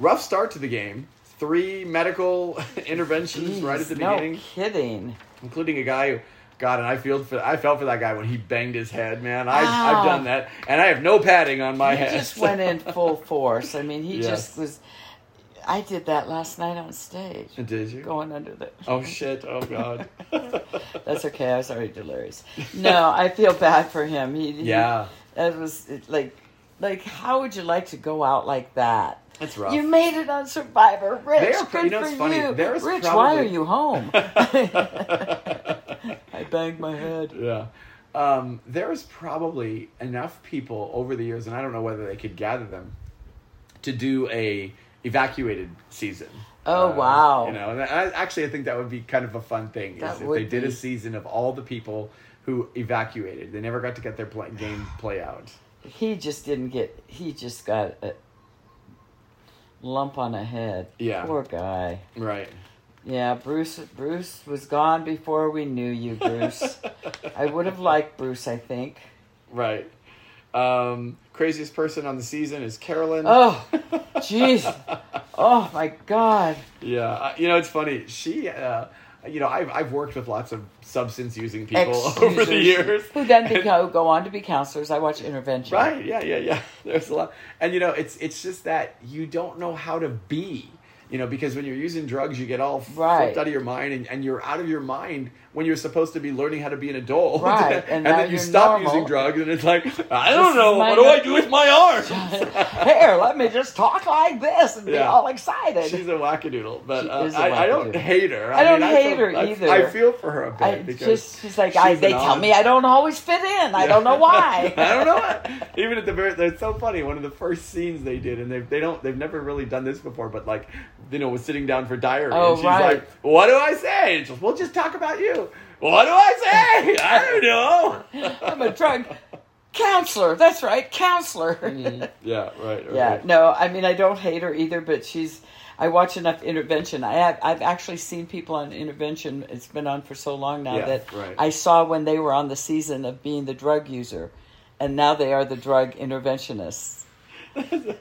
Speaker 1: Rough start to the game. Three medical interventions right at the
Speaker 2: Jeez, no
Speaker 1: beginning
Speaker 2: kidding.
Speaker 1: including a guy who God and I feel for I felt for that guy when he banged his head, man. I,
Speaker 2: Wow.
Speaker 1: I've done that, and I have no padding on my
Speaker 2: He
Speaker 1: head.
Speaker 2: just went in full force. I mean, he
Speaker 1: Yes.
Speaker 2: just was. I did that last night on stage,
Speaker 1: Did you?
Speaker 2: going under the.
Speaker 1: Oh shit! Oh god.
Speaker 2: That's okay. I was already delirious. No, I feel bad for him. He, he-
Speaker 1: Yeah.
Speaker 2: that was it, like, like how would you like to go out like that?
Speaker 1: That's rough.
Speaker 2: You made it on Survivor, Rich.
Speaker 1: They are pr-
Speaker 2: good
Speaker 1: you know, it's
Speaker 2: for
Speaker 1: funny,
Speaker 2: you.
Speaker 1: there is
Speaker 2: Rich, why
Speaker 1: probably-
Speaker 2: are you home? I banged my head.
Speaker 1: yeah. Um, there is probably enough people over the years, and I don't know whether they could gather them to do a evacuated season. Uh,
Speaker 2: Oh, wow.
Speaker 1: You know, and I, actually, I think that would be kind of a fun thing. is
Speaker 2: That
Speaker 1: if
Speaker 2: would
Speaker 1: they did
Speaker 2: be.
Speaker 1: a season of all the people who evacuated, they never got to get their play, game play out.
Speaker 2: He just didn't get. He just got a lump on a head.
Speaker 1: Yeah.
Speaker 2: poor guy.
Speaker 1: Right.
Speaker 2: Yeah, Bruce. Bruce was gone before we knew you, Bruce. I would have liked Bruce. I think.
Speaker 1: Right. Um, craziest person on the season is Carolyn.
Speaker 2: Oh, jeez. Oh my God.
Speaker 1: Yeah, I- you know it's funny. She, uh, you know, I've I've worked with lots of substance using people over the
Speaker 2: Ex-users
Speaker 1: years.
Speaker 2: Who then
Speaker 1: And-
Speaker 2: become, go on to be counselors. I watch intervention.
Speaker 1: right? Yeah, yeah, yeah. There's a lot, and you know, it's it's just that you don't know how to be. You know, because when you're using drugs, you get all
Speaker 2: Right.
Speaker 1: flipped out of your mind, and, and you're out of your mind when you're supposed to be learning how to be an adult.
Speaker 2: Right, and
Speaker 1: and,
Speaker 2: now
Speaker 1: then you
Speaker 2: you're
Speaker 1: stop
Speaker 2: normal.
Speaker 1: using drugs, and it's like, I
Speaker 2: This
Speaker 1: don't
Speaker 2: is
Speaker 1: know.
Speaker 2: my
Speaker 1: What do I
Speaker 2: nut-
Speaker 1: do with my arms?
Speaker 2: Here, let me just talk like this and be
Speaker 1: Yeah.
Speaker 2: all excited.
Speaker 1: She's a wackadoodle, but
Speaker 2: She
Speaker 1: uh,
Speaker 2: is a
Speaker 1: I, I don't
Speaker 2: wackadoodle.
Speaker 1: hate her.
Speaker 2: I don't
Speaker 1: feel-
Speaker 2: hate her
Speaker 1: I-
Speaker 2: either.
Speaker 1: I feel for her a bit
Speaker 2: I
Speaker 1: because
Speaker 2: just, she's like, I,
Speaker 1: she's
Speaker 2: they
Speaker 1: an
Speaker 2: tell
Speaker 1: honest-
Speaker 2: me I don't always fit in. I don't know why.
Speaker 1: I don't know. why. Even at the very, it's so funny. One of the first scenes they did, and they they don't they've never really done this before, but like you know was sitting down for diary,
Speaker 2: Oh,
Speaker 1: and she's
Speaker 2: right.
Speaker 1: like, "What do I say?" And she's, we'll just talk about you. What do I say? I don't know.
Speaker 2: I'm a drug counselor. That's right, counselor.
Speaker 1: yeah, right. right
Speaker 2: Yeah,
Speaker 1: right.
Speaker 2: no, I mean I don't hate her either, but she's. I watch enough intervention. I have, I've actually seen people on intervention. It's been on for so long now
Speaker 1: Yeah,
Speaker 2: that
Speaker 1: right.
Speaker 2: I saw when they were on the season of being the drug user, and now they are the drug interventionists.
Speaker 1: I'm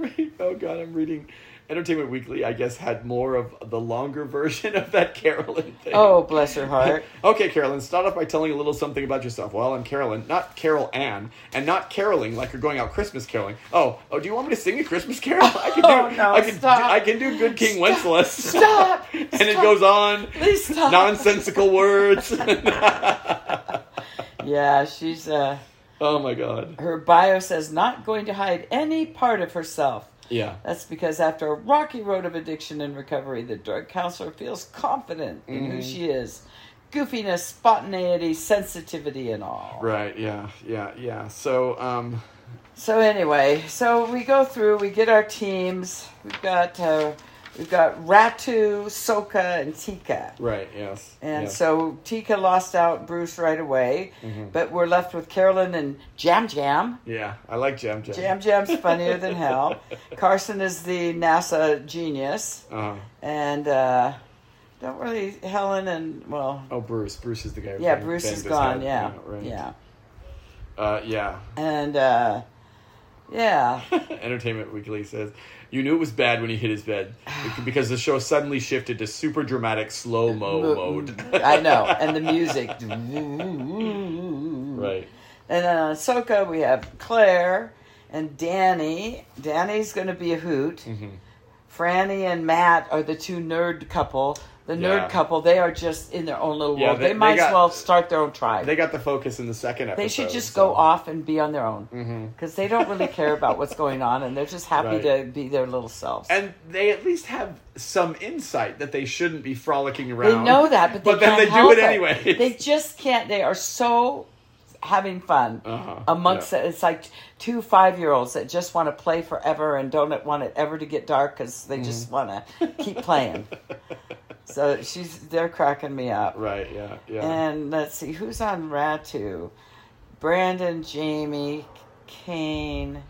Speaker 1: reading, oh god, I'm reading Entertainment Weekly, I guess, had more of the longer version of that Carolyn thing.
Speaker 2: Oh, bless her heart.
Speaker 1: Okay, Carolyn, start off by telling a little something about yourself. Well, I'm Carolyn, not Carol Ann, and not caroling like you're going out Christmas caroling. Oh, oh, do you want me to sing a Christmas carol? I can do,
Speaker 2: Oh, no,
Speaker 1: I can,
Speaker 2: stop.
Speaker 1: Do, I can do Good King Wenceslas.
Speaker 2: Stop.
Speaker 1: and it goes on.
Speaker 2: Please stop.
Speaker 1: Nonsensical words.
Speaker 2: yeah, she's uh
Speaker 1: oh my god.
Speaker 2: her bio says not going to hide any part of herself.
Speaker 1: Yeah.
Speaker 2: That's because after a rocky road of addiction and recovery, the drug counselor feels confident in who she is. Goofiness, spontaneity, sensitivity, and all.
Speaker 1: Right. Yeah. Yeah. Yeah. So, um,
Speaker 2: So anyway, so we go through, we get our teams. We've got uh, we've got Ratu, Soka, and Tika.
Speaker 1: right. Yes.
Speaker 2: And
Speaker 1: yes.
Speaker 2: so Tika lost out Bruce right away, but we're left with Carolyn and Jam Jam.
Speaker 1: Yeah, I like Jam Jam.
Speaker 2: Jam Jam's funnier than hell. Carson is the NASA genius,
Speaker 1: Uh,
Speaker 2: and uh, don't really Helen and well,
Speaker 1: oh, Bruce. Bruce is the guy. who
Speaker 2: yeah,
Speaker 1: banged-
Speaker 2: Bruce
Speaker 1: banged
Speaker 2: is
Speaker 1: his
Speaker 2: gone.
Speaker 1: head.
Speaker 2: Yeah,
Speaker 1: right.
Speaker 2: yeah,
Speaker 1: Uh, yeah.
Speaker 2: and uh, yeah,
Speaker 1: Entertainment Weekly says, "You knew it was bad when he hit his bed because the show suddenly shifted to super dramatic slow mo
Speaker 2: Mo-
Speaker 1: mode."
Speaker 2: I know, and the music. right.
Speaker 1: right.
Speaker 2: And then on Ahsoka, we have Claire and Danny. Danny's going to be a hoot.
Speaker 1: Mm-hmm.
Speaker 2: Franny and Matt are the two nerd couple. The nerd
Speaker 1: Yeah.
Speaker 2: couple, they are just in their own little
Speaker 1: Yeah,
Speaker 2: world.
Speaker 1: they-
Speaker 2: They,
Speaker 1: they
Speaker 2: might
Speaker 1: got-
Speaker 2: as well start their own tribe.
Speaker 1: They
Speaker 2: They,
Speaker 1: got the focus in the second episode.
Speaker 2: should just
Speaker 1: so- Mm-hmm.
Speaker 2: go off and be on their own because they don't really care about what's going on and they're just happy
Speaker 1: Right.
Speaker 2: to be their little selves.
Speaker 1: And they at least have some insight that they shouldn't be frolicking
Speaker 2: they
Speaker 1: around.
Speaker 2: know that, but they
Speaker 1: then
Speaker 2: can't
Speaker 1: they do
Speaker 2: help
Speaker 1: it anyway.
Speaker 2: They just can't. They are so having fun
Speaker 1: Uh-huh,
Speaker 2: amongst
Speaker 1: yeah.
Speaker 2: it. It's like two five year olds that just want to play forever and don't want it ever to get dark because they
Speaker 1: Mm-hmm.
Speaker 2: just want to keep playing. so she's they're cracking me up.
Speaker 1: Right. Yeah. Yeah.
Speaker 2: And let's see who's on Ratu, Brandon, Jamie, Kane,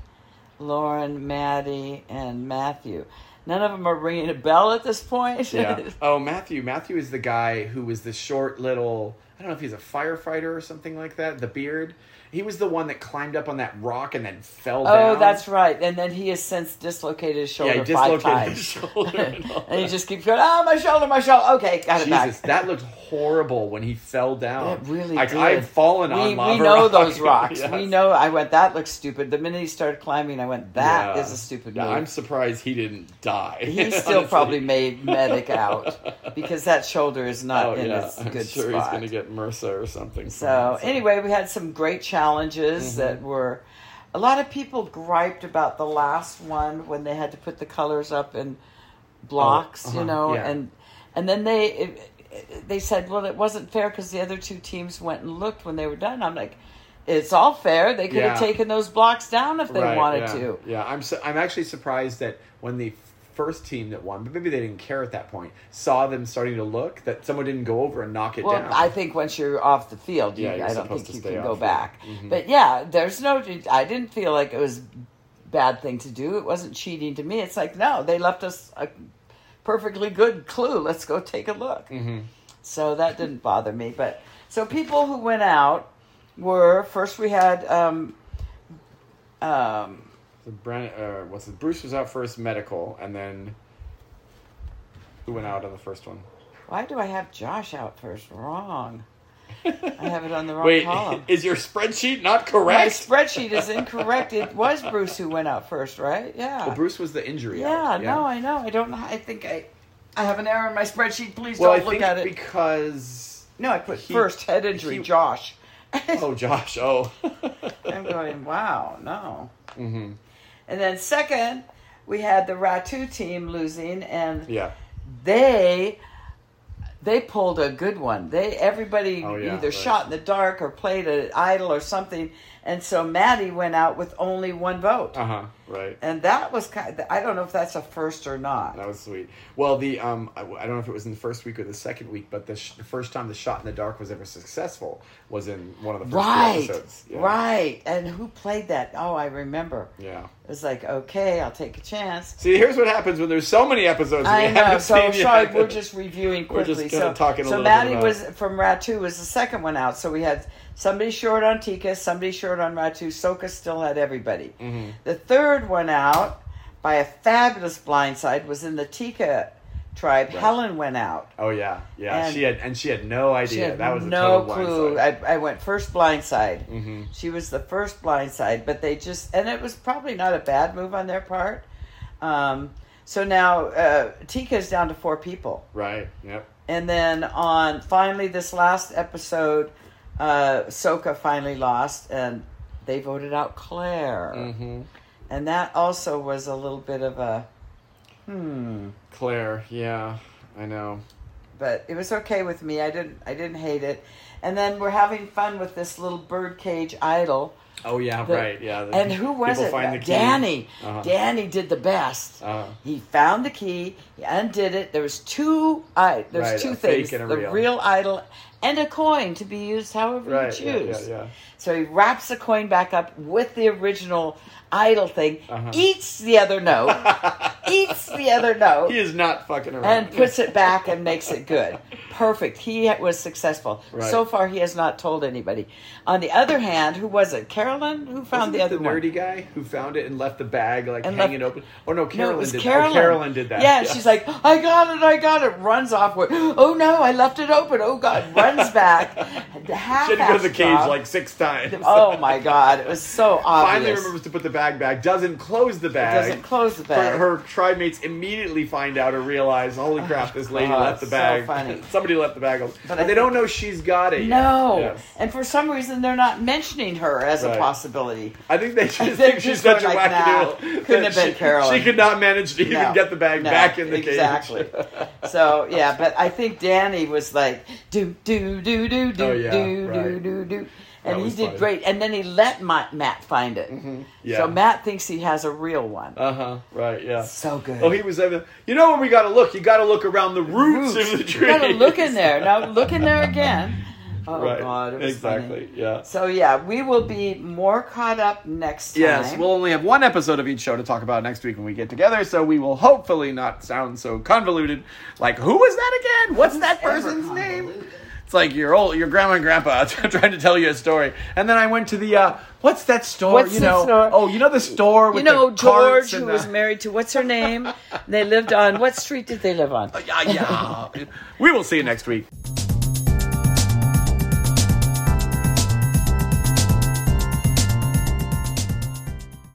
Speaker 2: Lauren, Maddie, and Matthew. None of them are ringing a bell at this point.
Speaker 1: yeah. Oh, Matthew. Matthew is the guy who was the short little. I don't know if he's a firefighter or something like that. The beard. He was the one that climbed up on that rock and then fell
Speaker 2: Oh,
Speaker 1: down.
Speaker 2: that's right. And then he has since dislocated his shoulder
Speaker 1: Yeah, he
Speaker 2: five
Speaker 1: dislocated
Speaker 2: times.
Speaker 1: his shoulder. And, all
Speaker 2: and he
Speaker 1: that.
Speaker 2: just keeps going, oh, my shoulder, my shoulder. Okay, got it
Speaker 1: Jesus,
Speaker 2: back.
Speaker 1: that looked horrible when he fell down.
Speaker 2: That really
Speaker 1: like
Speaker 2: did.
Speaker 1: I've fallen
Speaker 2: we,
Speaker 1: on lava
Speaker 2: We know
Speaker 1: rock.
Speaker 2: those rocks.
Speaker 1: Yes.
Speaker 2: We know. I went, that looks stupid. The minute he started climbing, I went, "That is
Speaker 1: Yeah.
Speaker 2: a stupid
Speaker 1: Yeah,
Speaker 2: move.
Speaker 1: I'm surprised he didn't die.
Speaker 2: he still
Speaker 1: honestly.
Speaker 2: probably made medic out because that shoulder is not
Speaker 1: Oh
Speaker 2: in
Speaker 1: yeah,
Speaker 2: its
Speaker 1: I'm
Speaker 2: good
Speaker 1: sure
Speaker 2: spot.
Speaker 1: he's going to get MRSA or something. from
Speaker 2: So
Speaker 1: it,
Speaker 2: anyway, we had some great challenges
Speaker 1: Mm-hmm.
Speaker 2: that were. A lot of people griped about the last one when they had to put the colors up in blocks,
Speaker 1: uh-huh,
Speaker 2: you know,
Speaker 1: yeah.
Speaker 2: and and then they it, it- they said, well, it wasn't fair because the other two teams went and looked when they were done. I'm like, it's all fair. They could have
Speaker 1: Yeah.
Speaker 2: taken those blocks down if they
Speaker 1: Right,
Speaker 2: wanted
Speaker 1: yeah,
Speaker 2: to.
Speaker 1: Yeah, I'm su- I'm actually surprised that when the first team that won, but maybe they didn't care at that point, saw them starting to look that someone didn't go over and knock it
Speaker 2: Well,
Speaker 1: down.
Speaker 2: I think once you're off the field, you,
Speaker 1: Yeah, you're
Speaker 2: I don't
Speaker 1: supposed
Speaker 2: think
Speaker 1: to
Speaker 2: you
Speaker 1: stay Mm-hmm.
Speaker 2: can
Speaker 1: off
Speaker 2: go
Speaker 1: the-
Speaker 2: back. But yeah, there's no. I didn't feel like it was bad thing to do. It wasn't cheating to me. It's like no, they left us a perfectly good clue. Let's go take a look.
Speaker 1: Mm-hmm.
Speaker 2: So that didn't bother me. But so people who went out were first we had um, um,
Speaker 1: So Bren, uh, what's it? Bruce was out first, medical, and then who went out on the first one?
Speaker 2: why do I have Josh out first? Wrong. I have it on the wrong
Speaker 1: Wait,
Speaker 2: column.
Speaker 1: is your spreadsheet not
Speaker 2: My
Speaker 1: correct?
Speaker 2: spreadsheet is incorrect. It was Bruce who went out first, right? Yeah.
Speaker 1: well, Bruce was the injury.
Speaker 2: yeah,
Speaker 1: out,
Speaker 2: No, I know. I don't know. I think I, I have an error in my spreadsheet. Please
Speaker 1: well, I
Speaker 2: don't look
Speaker 1: think
Speaker 2: at it.
Speaker 1: because
Speaker 2: no, I put
Speaker 1: he-
Speaker 2: first head injury,
Speaker 1: he-
Speaker 2: Josh.
Speaker 1: oh, Josh, oh,
Speaker 2: I'm going. Wow, no. Mm-hmm. And then second, we had the Ratu team losing, and
Speaker 1: yeah,
Speaker 2: they. They pulled a good one. They everybody
Speaker 1: Oh, yeah,
Speaker 2: either
Speaker 1: right.
Speaker 2: shot in the dark or played an idol or something, and so Maddie went out with only one vote.
Speaker 1: uh huh, right.
Speaker 2: and that was kind of, I don't know if that's a first or not.
Speaker 1: That was sweet. Well, the um, I, I don't know if it was in the first week or the second week, but the, sh- the first time the shot in the dark was ever successful was in one of the first
Speaker 2: right,
Speaker 1: few episodes. Yeah.
Speaker 2: right. And who played that? Oh, I remember.
Speaker 1: Yeah.
Speaker 2: It was like, okay, I'll take a chance.
Speaker 1: See, here's what happens when there's so many episodes. we
Speaker 2: I know.
Speaker 1: haven't
Speaker 2: So
Speaker 1: seen yet.
Speaker 2: sorry, we're just reviewing
Speaker 1: We're
Speaker 2: quickly.
Speaker 1: just
Speaker 2: so
Speaker 1: kinda talking a
Speaker 2: so
Speaker 1: little bit
Speaker 2: Maddie
Speaker 1: about
Speaker 2: was from Ratu was the second one out. So we had somebody short on
Speaker 1: Mm-hmm.
Speaker 2: Tika, somebody short on Ratu. Soka still had everybody. The third one out by a fabulous blindside was in the Tika tribe. Helen went out.
Speaker 1: Oh yeah, yeah.
Speaker 2: And-
Speaker 1: she had and she had no idea.
Speaker 2: She had
Speaker 1: that was a
Speaker 2: no
Speaker 1: total Mm-hmm.
Speaker 2: clue.
Speaker 1: Blindside.
Speaker 2: I, I went first blindside. She was the first blindside, but they just and it was probably not a bad move on their part. Um, so now uh, Tika's down to four people,
Speaker 1: Right. Yep.
Speaker 2: and then on finally this last episode, uh, Soka finally lost, and they voted out Claire,
Speaker 1: Mm-hmm.
Speaker 2: and that also was a little bit of a.
Speaker 1: Claire. Yeah. I know.
Speaker 2: but it was okay with me. I didn't I didn't hate it. And then we're having fun with this little birdcage idol.
Speaker 1: Oh yeah.
Speaker 2: The-
Speaker 1: right. Yeah. the-
Speaker 2: and who was
Speaker 1: people
Speaker 2: it?
Speaker 1: Find the key.
Speaker 2: Danny.
Speaker 1: Uh-huh.
Speaker 2: Danny did the best.
Speaker 1: Uh-huh.
Speaker 2: He found the key. He undid it. There was two. I there's
Speaker 1: Right,
Speaker 2: two
Speaker 1: a fake
Speaker 2: things:
Speaker 1: and a
Speaker 2: the
Speaker 1: real.
Speaker 2: idol and a coin to be used however
Speaker 1: Right,
Speaker 2: you
Speaker 1: yeah, yeah,
Speaker 2: choose.
Speaker 1: yeah.
Speaker 2: So he wraps the coin back up with the original idol thing.
Speaker 1: Uh-huh.
Speaker 2: Eats the other note. eats the other note
Speaker 1: He is not fucking around.
Speaker 2: and puts it back and makes it good. Perfect. He was successful.
Speaker 1: Right.
Speaker 2: So far, he has not told anybody. On the other hand, who was it? Carolyn? Who
Speaker 1: Wasn't
Speaker 2: found the
Speaker 1: it
Speaker 2: other
Speaker 1: the
Speaker 2: one?
Speaker 1: nerdy guy who found it and left the bag like
Speaker 2: And
Speaker 1: hanging
Speaker 2: left-
Speaker 1: open. Oh no,
Speaker 2: No,
Speaker 1: Carolyn
Speaker 2: it was
Speaker 1: did.
Speaker 2: Carolyn.
Speaker 1: Oh, Carolyn did that.
Speaker 2: Yeah, she's like, I got it, I got it. Runs off. With, oh no, I left it open. Oh God, runs back.
Speaker 1: she
Speaker 2: Half
Speaker 1: had to go to the cage like six times.
Speaker 2: Oh my God, it was so obvious.
Speaker 1: Finally remembers to put the bag back. Doesn't close the bag.
Speaker 2: doesn't close the
Speaker 1: Her,
Speaker 2: bag. Oh,
Speaker 1: her tribe mates immediately find out or realize, holy crap, this lady
Speaker 2: God,
Speaker 1: left the
Speaker 2: so
Speaker 1: bag.
Speaker 2: funny.
Speaker 1: Somebody left the bag.
Speaker 2: But
Speaker 1: But
Speaker 2: I
Speaker 1: they don't know she's got it. yet.
Speaker 2: no,
Speaker 1: Yes.
Speaker 2: and for some reason they're not mentioning her as a
Speaker 1: Right.
Speaker 2: possibility.
Speaker 1: I think they just
Speaker 2: They're
Speaker 1: think she's
Speaker 2: just going
Speaker 1: such a
Speaker 2: like, nah,
Speaker 1: wackadoodle.
Speaker 2: couldn't
Speaker 1: that
Speaker 2: have been
Speaker 1: she,
Speaker 2: Carolyn.
Speaker 1: She could not manage to even
Speaker 2: No,
Speaker 1: get the bag
Speaker 2: no,
Speaker 1: back in the
Speaker 2: exactly.
Speaker 1: cage.
Speaker 2: so yeah, but I think Danny was like do do do do do
Speaker 1: Oh, yeah,
Speaker 2: do do
Speaker 1: right.
Speaker 2: do do, and he
Speaker 1: was
Speaker 2: did
Speaker 1: fun.
Speaker 2: great. And then he let my, Matt find it.
Speaker 1: Yeah.
Speaker 2: So Matt thinks he has a real one.
Speaker 1: Uh huh. Right. Yeah.
Speaker 2: so good.
Speaker 1: Oh, he was. having- You know where we got to look? You got to look around the roots, of the
Speaker 2: You
Speaker 1: tree.
Speaker 2: gotta look in there now. Look in there again. Oh
Speaker 1: Right.
Speaker 2: God, it was
Speaker 1: exactly.
Speaker 2: funny.
Speaker 1: Yeah.
Speaker 2: So yeah, we will be more caught up next time.
Speaker 1: Yes, we'll only have one episode of each show to talk about next week when we get together, so we will hopefully not sound so convoluted. Like, who was that again? What's that
Speaker 2: Ever
Speaker 1: person's name?
Speaker 2: convoluted.
Speaker 1: It's like your old your grandma and grandpa trying to tell you a story, and then I went to the uh, what's that store?
Speaker 2: What's
Speaker 1: you
Speaker 2: that
Speaker 1: know,
Speaker 2: store?
Speaker 1: oh, you know the store with
Speaker 2: You know
Speaker 1: the
Speaker 2: George,
Speaker 1: carts
Speaker 2: who
Speaker 1: and
Speaker 2: was
Speaker 1: the-
Speaker 2: married to what's her name? they lived on what street did they live on?
Speaker 1: yeah, yeah. we will see you next week.